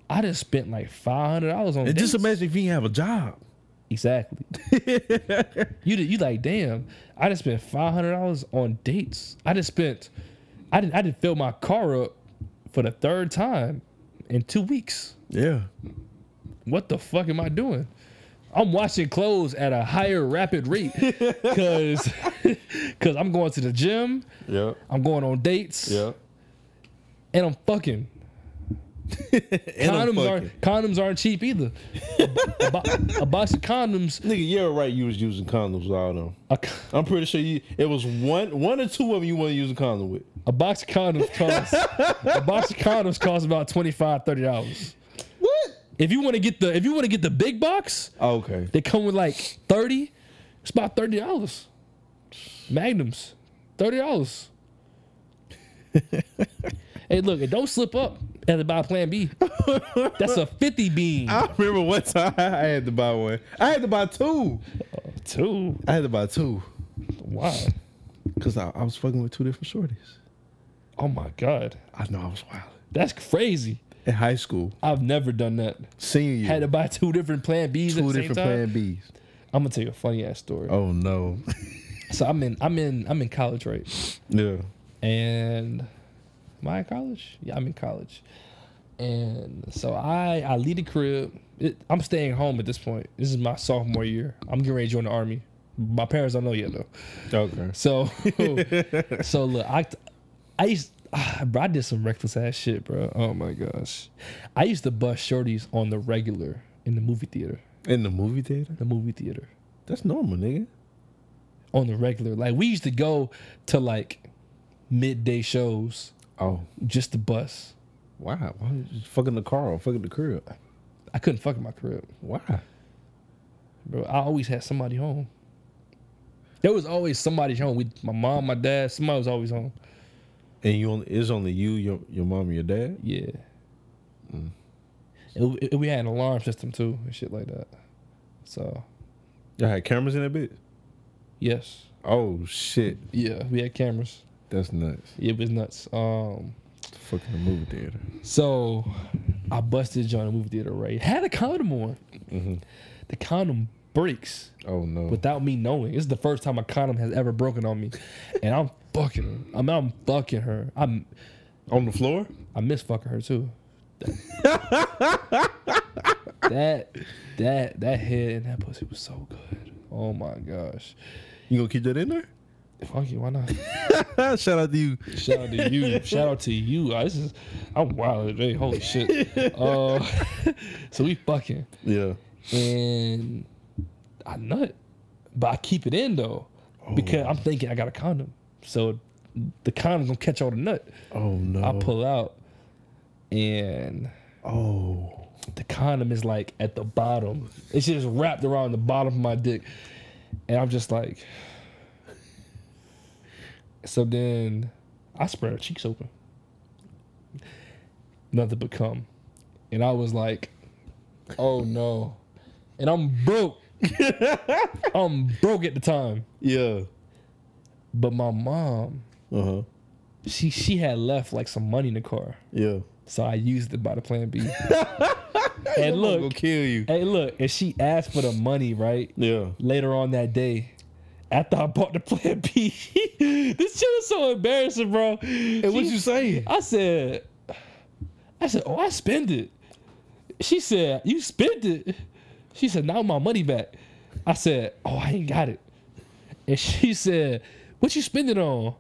I just spent like five hundred dollars on. And dates. just imagine if you didn't have a job. exactly. you you like, damn, I just spent five hundred dollars on dates. I just spent, I didn't I didn't fill my car up for the third time in two weeks. Yeah. What the fuck am I doing? I'm washing clothes at a higher rapid rate because because I'm going to the gym. Yep. I'm going on dates. Yep. And I'm fucking. And I'm condoms aren't condoms aren't cheap either. a, bo- a box of condoms. Nigga, you're right. You was using condoms all them. I'm pretty sure you. It was one, one or two of them you want to use a condom with. A box of condoms costs a box of condoms costs about 25 30 dollars. What? If you want to get the if you want to get the big box, okay, they come with like 30. It's about 30 dollars. Magnums, 30 dollars. hey, look, and don't slip up at about Plan B. That's a 50 bean. I remember one time I had to buy one. I had to buy two. two. I had to buy two. Why? Because I, I was fucking with two different shorties. Oh my god. I know I was wild. That's crazy. In high school, I've never done that. senior year, Had to buy two different Plan Bs. at two the same different time. Plan Bs. I'm gonna tell you a funny ass story. Oh no. So I'm in I'm in I'm in college, right? yeah. And am I in college? Yeah, I'm in college. And so I I leave the crib. It, I'm staying home at this point. This is my sophomore year. I'm getting ready to join the army. My parents don't know yet though. Okay. So so look, I I used ah, bro, I did some reckless ass shit, bro. Oh my gosh. I used to bust shorties on the regular in the movie theater. In the movie theater? The movie theater. That's normal, nigga. on the regular. Like we used to go to like midday shows. Oh. Just the bus. Wow. Why you just fucking the car or fucking the crib? I couldn't fuck in my crib. Why? Bro, I always had somebody home. There was always somebody home. We, my mom, my dad, somebody was always home. And you only it's only you, your your mom, and your dad. Yeah. And we- and we had an alarm system too and shit like that. So Y'all had cameras in that bit. yes, Oh shit. yeah, we had cameras. That's nuts. It was nuts. Um, Fucking the movie theater. So I busted John in the movie theater, right? Had a condom on. The condom breaks Oh no. without me knowing. This is the first time a condom has ever broken on me. and I'm fucking her. I'm, I'm fucking her. I'm On the floor? I miss fucking her too. that that that head and that pussy was so good. Oh my gosh. You gonna keep that in there? Fuck you, why not? Shout out to you. Shout out to you. Shout out to you. Uh, This is I'm wild today. Holy shit. Uh, so we fucking Yeah. and I nut, but I keep it in though because I'm thinking I got a condom, so the condom gonna catch all the nut. Oh no. I pull out, and Oh. the condom is like at the bottom. It's just wrapped around the bottom of my dick, and I'm just like. So then, I spread her cheeks open. Nothing but cum, and I was like, "Oh no," and I'm broke. I'm broke at the time, Yeah. but my mom, Uh huh. she she had left like some money in the car, Yeah. so I used it by the Plan B. and I'm gonna look, kill you. Hey, look, and she asked for the money, right? Yeah. Later on that day, after I bought the plan B. this shit is so embarrassing, bro. And what you saying? I said, I said, oh, I spend it. She said, you spent it. She said, now my money back. I said, oh, I ain't got it. And she said, what you spend it on?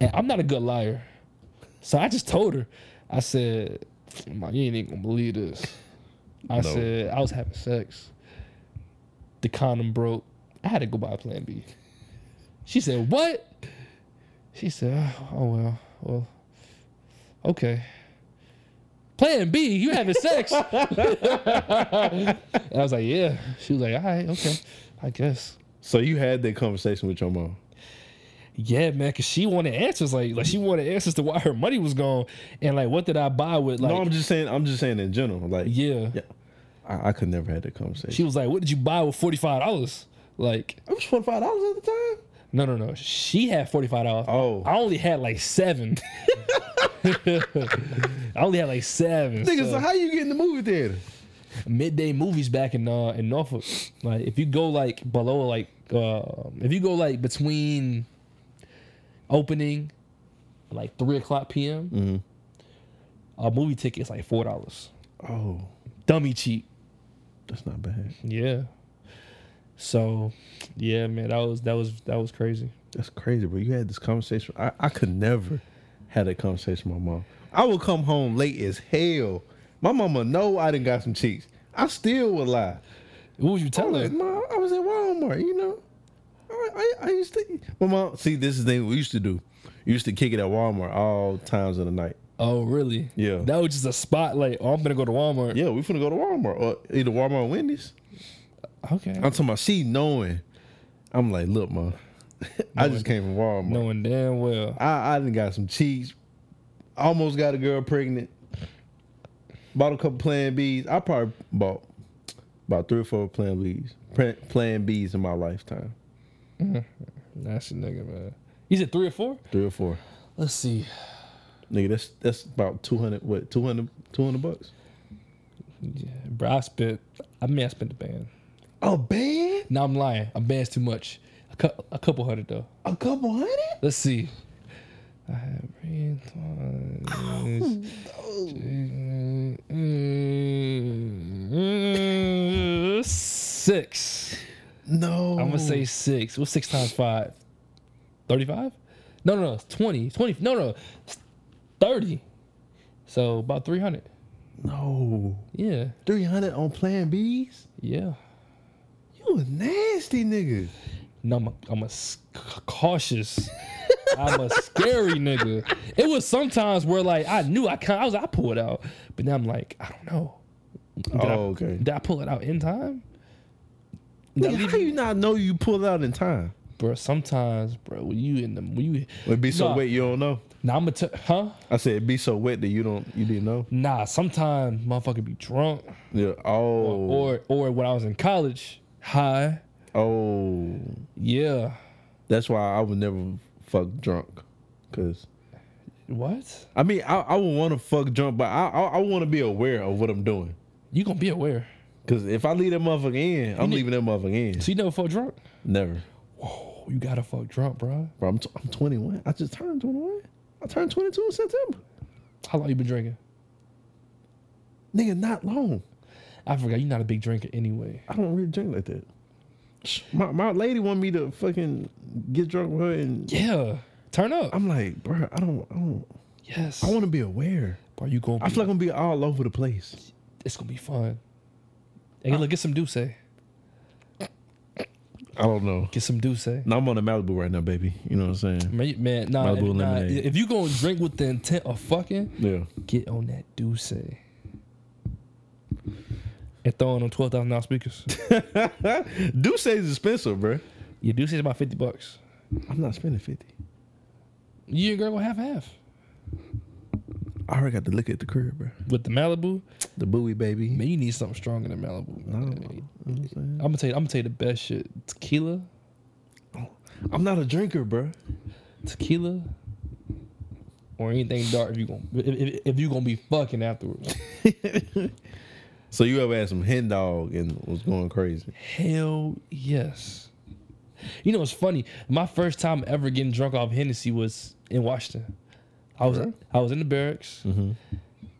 And I'm not a good liar. So I just told her, I said, "Ma, you ain't even gonna believe this. I No. said, I was having sex. The condom broke. I had to go buy plan B. She said, What? She said, Oh, well, well, okay. Plan B, you having sex? and I was like, Yeah. She was like, All right, okay, I guess. So you had that conversation with your mom. Yeah, man, cause she wanted answers, like, like she wanted answers to why her money was gone, and like, what did I buy with, like, no, I'm just saying. I'm just saying in general. Like, yeah. yeah. I, I could never had that conversation. She was like, "What did you buy with forty five dollars?" Like, I was twenty five dollars at the time. no, no, no. She had forty five dollars. Oh. I only had like seven. I only had like seven. Nigga, so so- how you get in the movie theater? midday movies back in uh in Norfolk. Like if you go like below like uh, if you go like between opening like three o'clock p.m. a movie ticket's like four dollars. Oh, Dummy cheap. that's not bad. Yeah. So, yeah, man, that was that was that was crazy. That's crazy, bro. You had this conversation. I, I could never had a conversation with my mom. I would come home late as hell. My mama know I didn't got some cheeks. I still would lie. What was you telling? Like, Mom, I was at Walmart. You know, I, I, I used to. My mom. See, this is the thing we used to do. We used to kick it at Walmart all times of the night. Oh, really? Yeah. That was just a spotlight. Oh, I'm gonna go to Walmart. Yeah, we finna go to Walmart or either Walmart or Wendy's. Okay. I'm talking about she knowing. I'm like, look, mom. I just came from Walmart. Knowing damn well. I, I done got some cheese. Almost got a girl pregnant. Bought a couple Plan Bs. I probably bought about three or four Plan Bs. Plan- Plan Bs in my lifetime. That's a nigga, man. You said three or four? Three or four. Let's see. Nigga, that's that's about 200, what, 200, 200 bucks? Yeah, bro, I spent. I mean, I spent a band. A band? No, I'm lying. A band's too much. A, cou- a couple hundred though. A couple hundred? Let's see. I have Antoine's- Mm, six. No. I'm gonna say six. What's six times five? Thirty-five? No, no, no. it's Twenty. Twenty. No, no. it's Thirty. So about three hundred. No. Yeah. 300 on Plan Bs? Yeah. You a nasty nigga. No, I'm a, I'm a s- c- cautious. I'm a scary nigga. It was sometimes where like I knew I can I was I pulled out, but now I'm like I don't know. Did I, Oh, okay. Did I pull it out in time, Nigga, how you not know you pulled out in time? bro? Sometimes, bro, when you in the when you It'd be so Nah. wet you don't know. Nah, I'm a t- huh? I said it'd be so wet that you don't you didn't know. Nah, sometimes motherfucker be drunk Yeah. Oh. or or when I was in college high. Oh. Yeah. That's why I would never fuck drunk. Cause What? I mean I, I would want to fuck drunk, but I I, I want to be aware of what I'm doing. You gonna be aware. Cause if I leave that motherfucker in, I'm need- leaving that motherfucker in. So you never fuck drunk? Never. Whoa, you gotta fuck drunk, bro. Bro, I'm, t- I'm 21. I just turned 21. I turned 22 in September. How long you been drinking? Nigga, not long. I forgot you're not a big drinker anyway. I don't really drink like that. My my lady want me to fucking get drunk with her and Yeah. Turn up. I'm like, bro, I don't, I don't, yes. I want to be aware. Bro, you going I feel like I'm gonna be all over the place. it's gonna be fun. Hey, look, get some Douce. Get I don't know. some Douce. No, I'm on a Malibu right now, baby. You know what I'm saying? Man, you- man nah, Malibu nah, lemonade. if you gonna drink with the intent of fucking, Yeah. get on that Douce. And throwing on twelve thousand dollars speakers. Duce is expensive, bro. Your Douce is about fifty bucks. I'm not spending fifty. You and girl gonna have half I already got the liquor at the crib, bro. with the Malibu. The buoy, baby. Man, you need something stronger than Malibu. No, man. you know what I'm saying? I'm gonna tell you. I'm gonna tell you the best shit. Tequila, I'm not a drinker, bro. tequila, or anything dark. If you gonna if, if, if you gonna be fucking afterwards. So you ever had some hen dog and was going crazy? Hell yes. You know it's funny. My first time ever getting drunk off Hennessy was in Washington. I was I was in the barracks,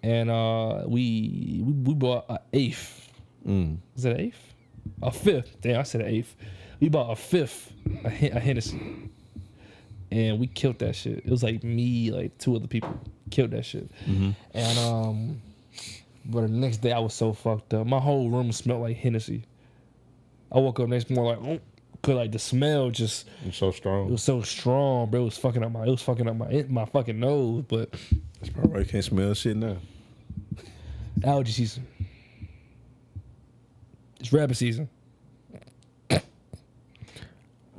and uh, we, we we bought an eighth. Mm. Is that an eighth? A fifth. Damn, I said an eighth. We bought a fifth a, Hen- a Hennessy, and we killed that shit. It was like me, like two other people killed that shit, and um, but the next day I was so fucked up. My whole room smelled like Hennessy. I woke up next morning like, oh, cause like the smell just I'm so it strong. was so strong, bro. It was fucking up my it was fucking up my my fucking nose. But That's probably why you can't smell shit now. allergy season, it's rabbit season.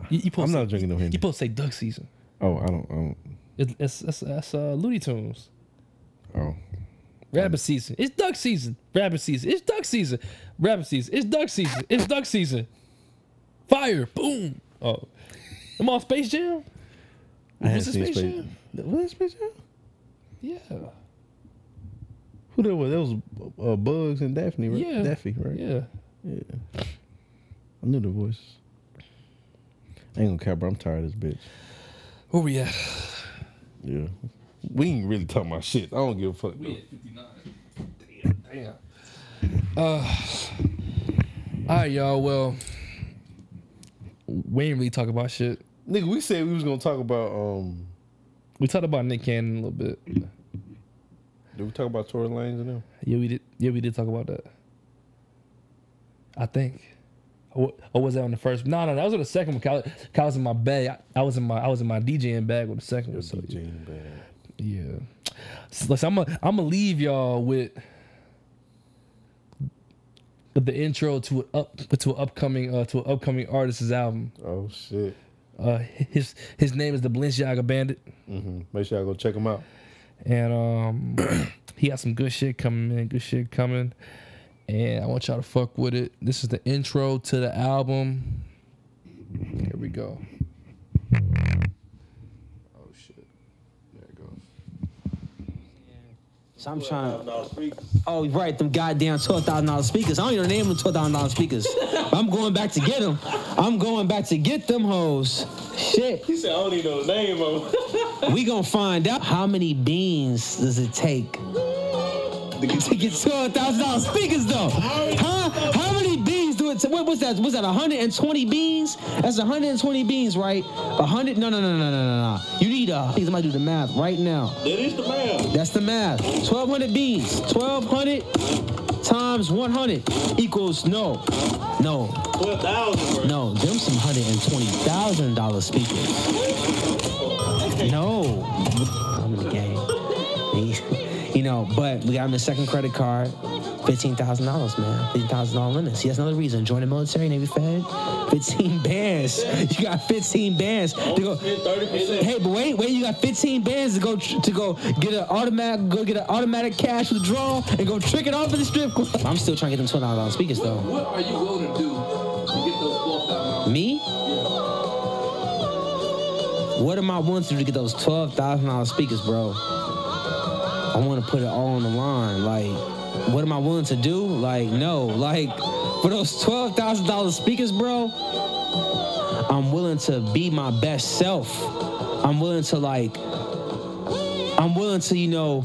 You, you supposed I'm to not say, drinking no You Henny. supposed to say duck season. Oh, I don't, I don't. It, it's that's that's uh, Looney Tunes. Oh, Rabbit season. It's duck season. Rabbit season. It's duck season. Rabbit season. It's duck season. It's duck season. Fire. Boom. Oh, I'm on Space Jam. I Was hadn't it Space Space- Was it Space Jam? Yeah. Who that was? That was uh, Bugs and Daphne, right? Yeah. Daffy, right? Yeah. I knew the voice. I ain't gonna care, bro. I'm tired of this bitch. Where we at? Yeah. We ain't really talking about shit. I don't give a fuck. though. All right, y'all. Well, We ain't really talk about shit. Nigga, we said we was gonna talk about um We talked about Nick Cannon a little bit. Did we talk about Tory Lanez and them? Yeah, we did. Yeah, we did talk about that. I think. Or or was that on the first? No, no, that was on the second one. Kyle, Kyle was in my bag. I, I was in my I was in my DJing bag with the second one. So DJing bag. Yeah. So, listen, I'm gonna I'm gonna leave y'all with the intro to an up to an upcoming uh, to an upcoming artist's album. Oh shit. Uh, his his name is the Balenciaga Bandit. Mm-hmm. Make sure y'all go check him out. And um, he got some good shit coming, man. Good shit coming. And I want y'all to fuck with it. This is the intro to the album. Here we go. Oh shit. There it goes. So I'm trying. Oh, right, them goddamn twelve thousand dollars speakers. I don't even name them twelve thousand dollars speakers. I'm going back to get them. I'm going back to get them hoes. Shit. He said, I don't even know the name of We gonna find out how many beans does it take to get twelve thousand dollars speakers though. Huh? How many beans do it? ta- what was that? Was that hundred and twenty beans? That's hundred and twenty beans, right? hundred? No, no, no, no, no, no, no. You need a. I think somebody do the math right now. That is the math. That's the math. 1,200 beans. 1,200 times 100 equals no. No. 12,000. No, them some $120,000 speakers. No. I'm in the game. You know, but we got him the second credit card. Fifteen thousand dollars, man. Fifteen thousand dollar limit. See, that's another reason. Join the military, Navy Fed. Fifteen bands. You got fifteen bands to go. Hey, but wait, wait. You got fifteen bands to go tr- to go get an automatic go get an automatic cash withdrawal and go trick it off at the strip club. I'm still trying to get them twenty dollars speakers though. What are you going to do to get those twelve thousand? Me? What am I wanting to do to get those twelve thousand dollars speakers, bro? I want to put it all on the line. Like, what am I willing to do? Like, no. Like, for those twelve thousand dollars speakers, bro, I'm willing to be my best self. I'm willing to like. I'm willing to, you know,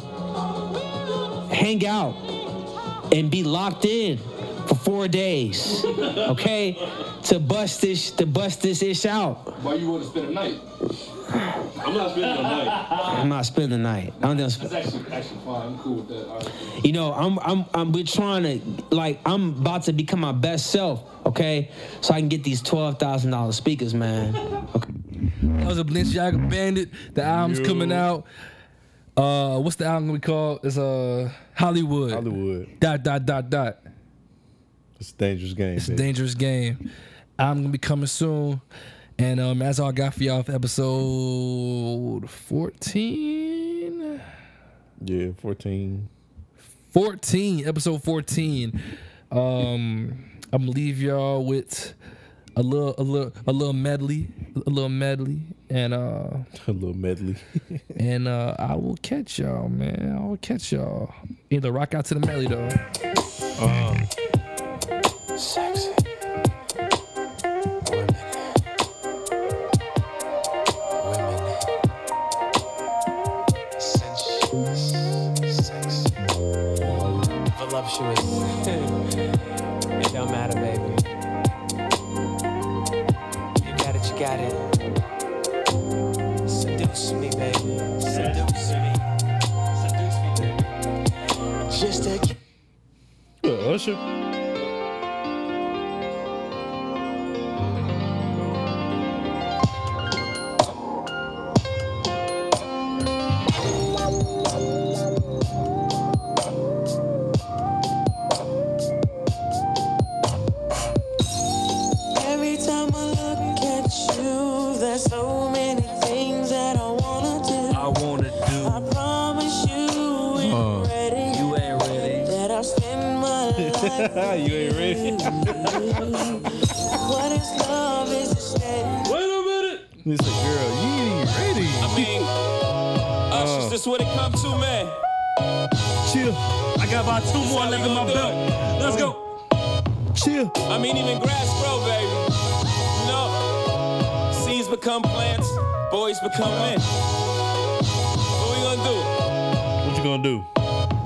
hang out and be locked in for four days. Okay, to bust this, to bust this ish out. Why you want to spend a night? I'm not spending a night. I'm not spending the night. I don't think I'm sp- That's actually actually fine. I'm cool with that. All right. you know, I'm, I'm, I'm, we're trying to, like, I'm about to become my best self, okay? So I can get these $12,000 speakers, man. That was a Balenciaga Bandit. The album's coming out. Uh, what's the album we call? It's uh Hollywood. Hollywood. Dot dot dot dot. It's a dangerous game. It's a bitch. dangerous game. I'm gonna be coming soon. And um, that's all I got for y'all for episode 14. Yeah, 14. 14, episode 14. Um, I'm gonna leave y'all with a little a little a little medley. A little medley. And uh a little medley. and uh I will catch y'all, man. I will catch y'all. Either rock out to the medley though. Sexy. Voluptuous. it don't matter, baby. You got it, you got it. Seduce me, baby. Seduce me. Seduce me, baby. Just a Usher. Every time I look at you, there's so many things that I wanna do. I wanna do. I promise you, ain't Uh, ready. you ain't ready. That I'll spend my life. You ain't ready. what is love? Is it steady? Wait a minute. It's a girl. You ain't ready. I mean, Usher's just what it come to, man. Chill. I got about two more left in my belt. Let's go. Chill. I mean, even grass grow, baby. You know, seeds become plants, boys become men. What we gonna do? What you gonna do?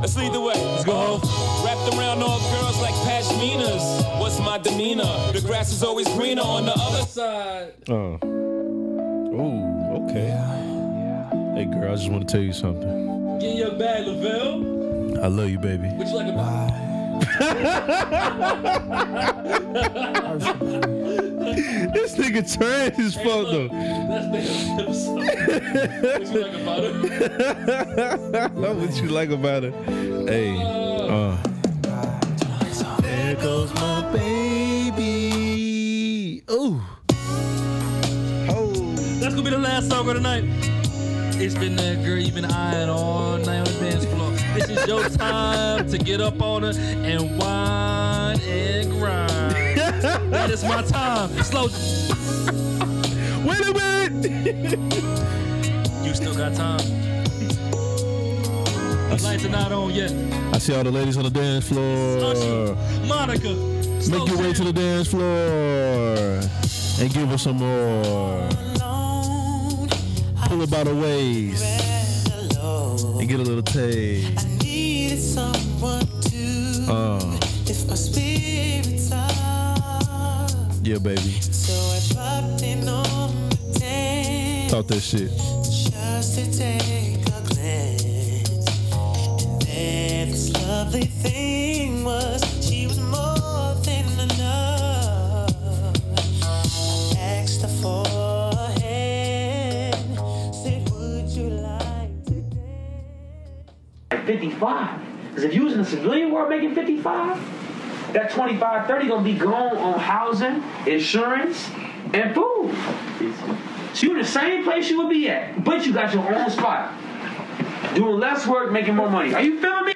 Let's lead the way. Let's go home. Rap Wrapped around all girls like pashminas. What's my demeanor? The grass is always greener on the other side. Oh. Oh, okay. Hey, girl, I just want to tell you something. Get your bag, Lavelle. I love you, baby. What you like about this nigga trash as fuck, though. That's the episode. what you like about it? what you like about it? Hey, uh. There goes my baby. Ooh. That's gonna be the last song of the night. It's been that girl you've been eyeing all night on the dance floor. This is your time to get up on her and whine and grind. that is my time. Slow. Wait a minute. you still got time. The lights are not on yet. I see all the ladies on the dance floor. Monica. Make your way to the dance floor and give her some more. Pull her by the waist and get a little taste. Needed someone to Uh, lift my spirits up. yeah, baby. So I dropped in on the day Talk that shit. just to take a glance. And then this lovely thing was she was more than enough. I asked her for a hand, said, Would you like? 55. Because if you was in the civilian world making 55, that 25, 30 gonna be gone on housing, insurance, and food. So you in the same place you would be at, but you got your own spot. Doing less work, making more money. Are you feeling me?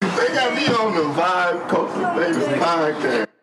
They got me on the Vibe Culture Babies podcast.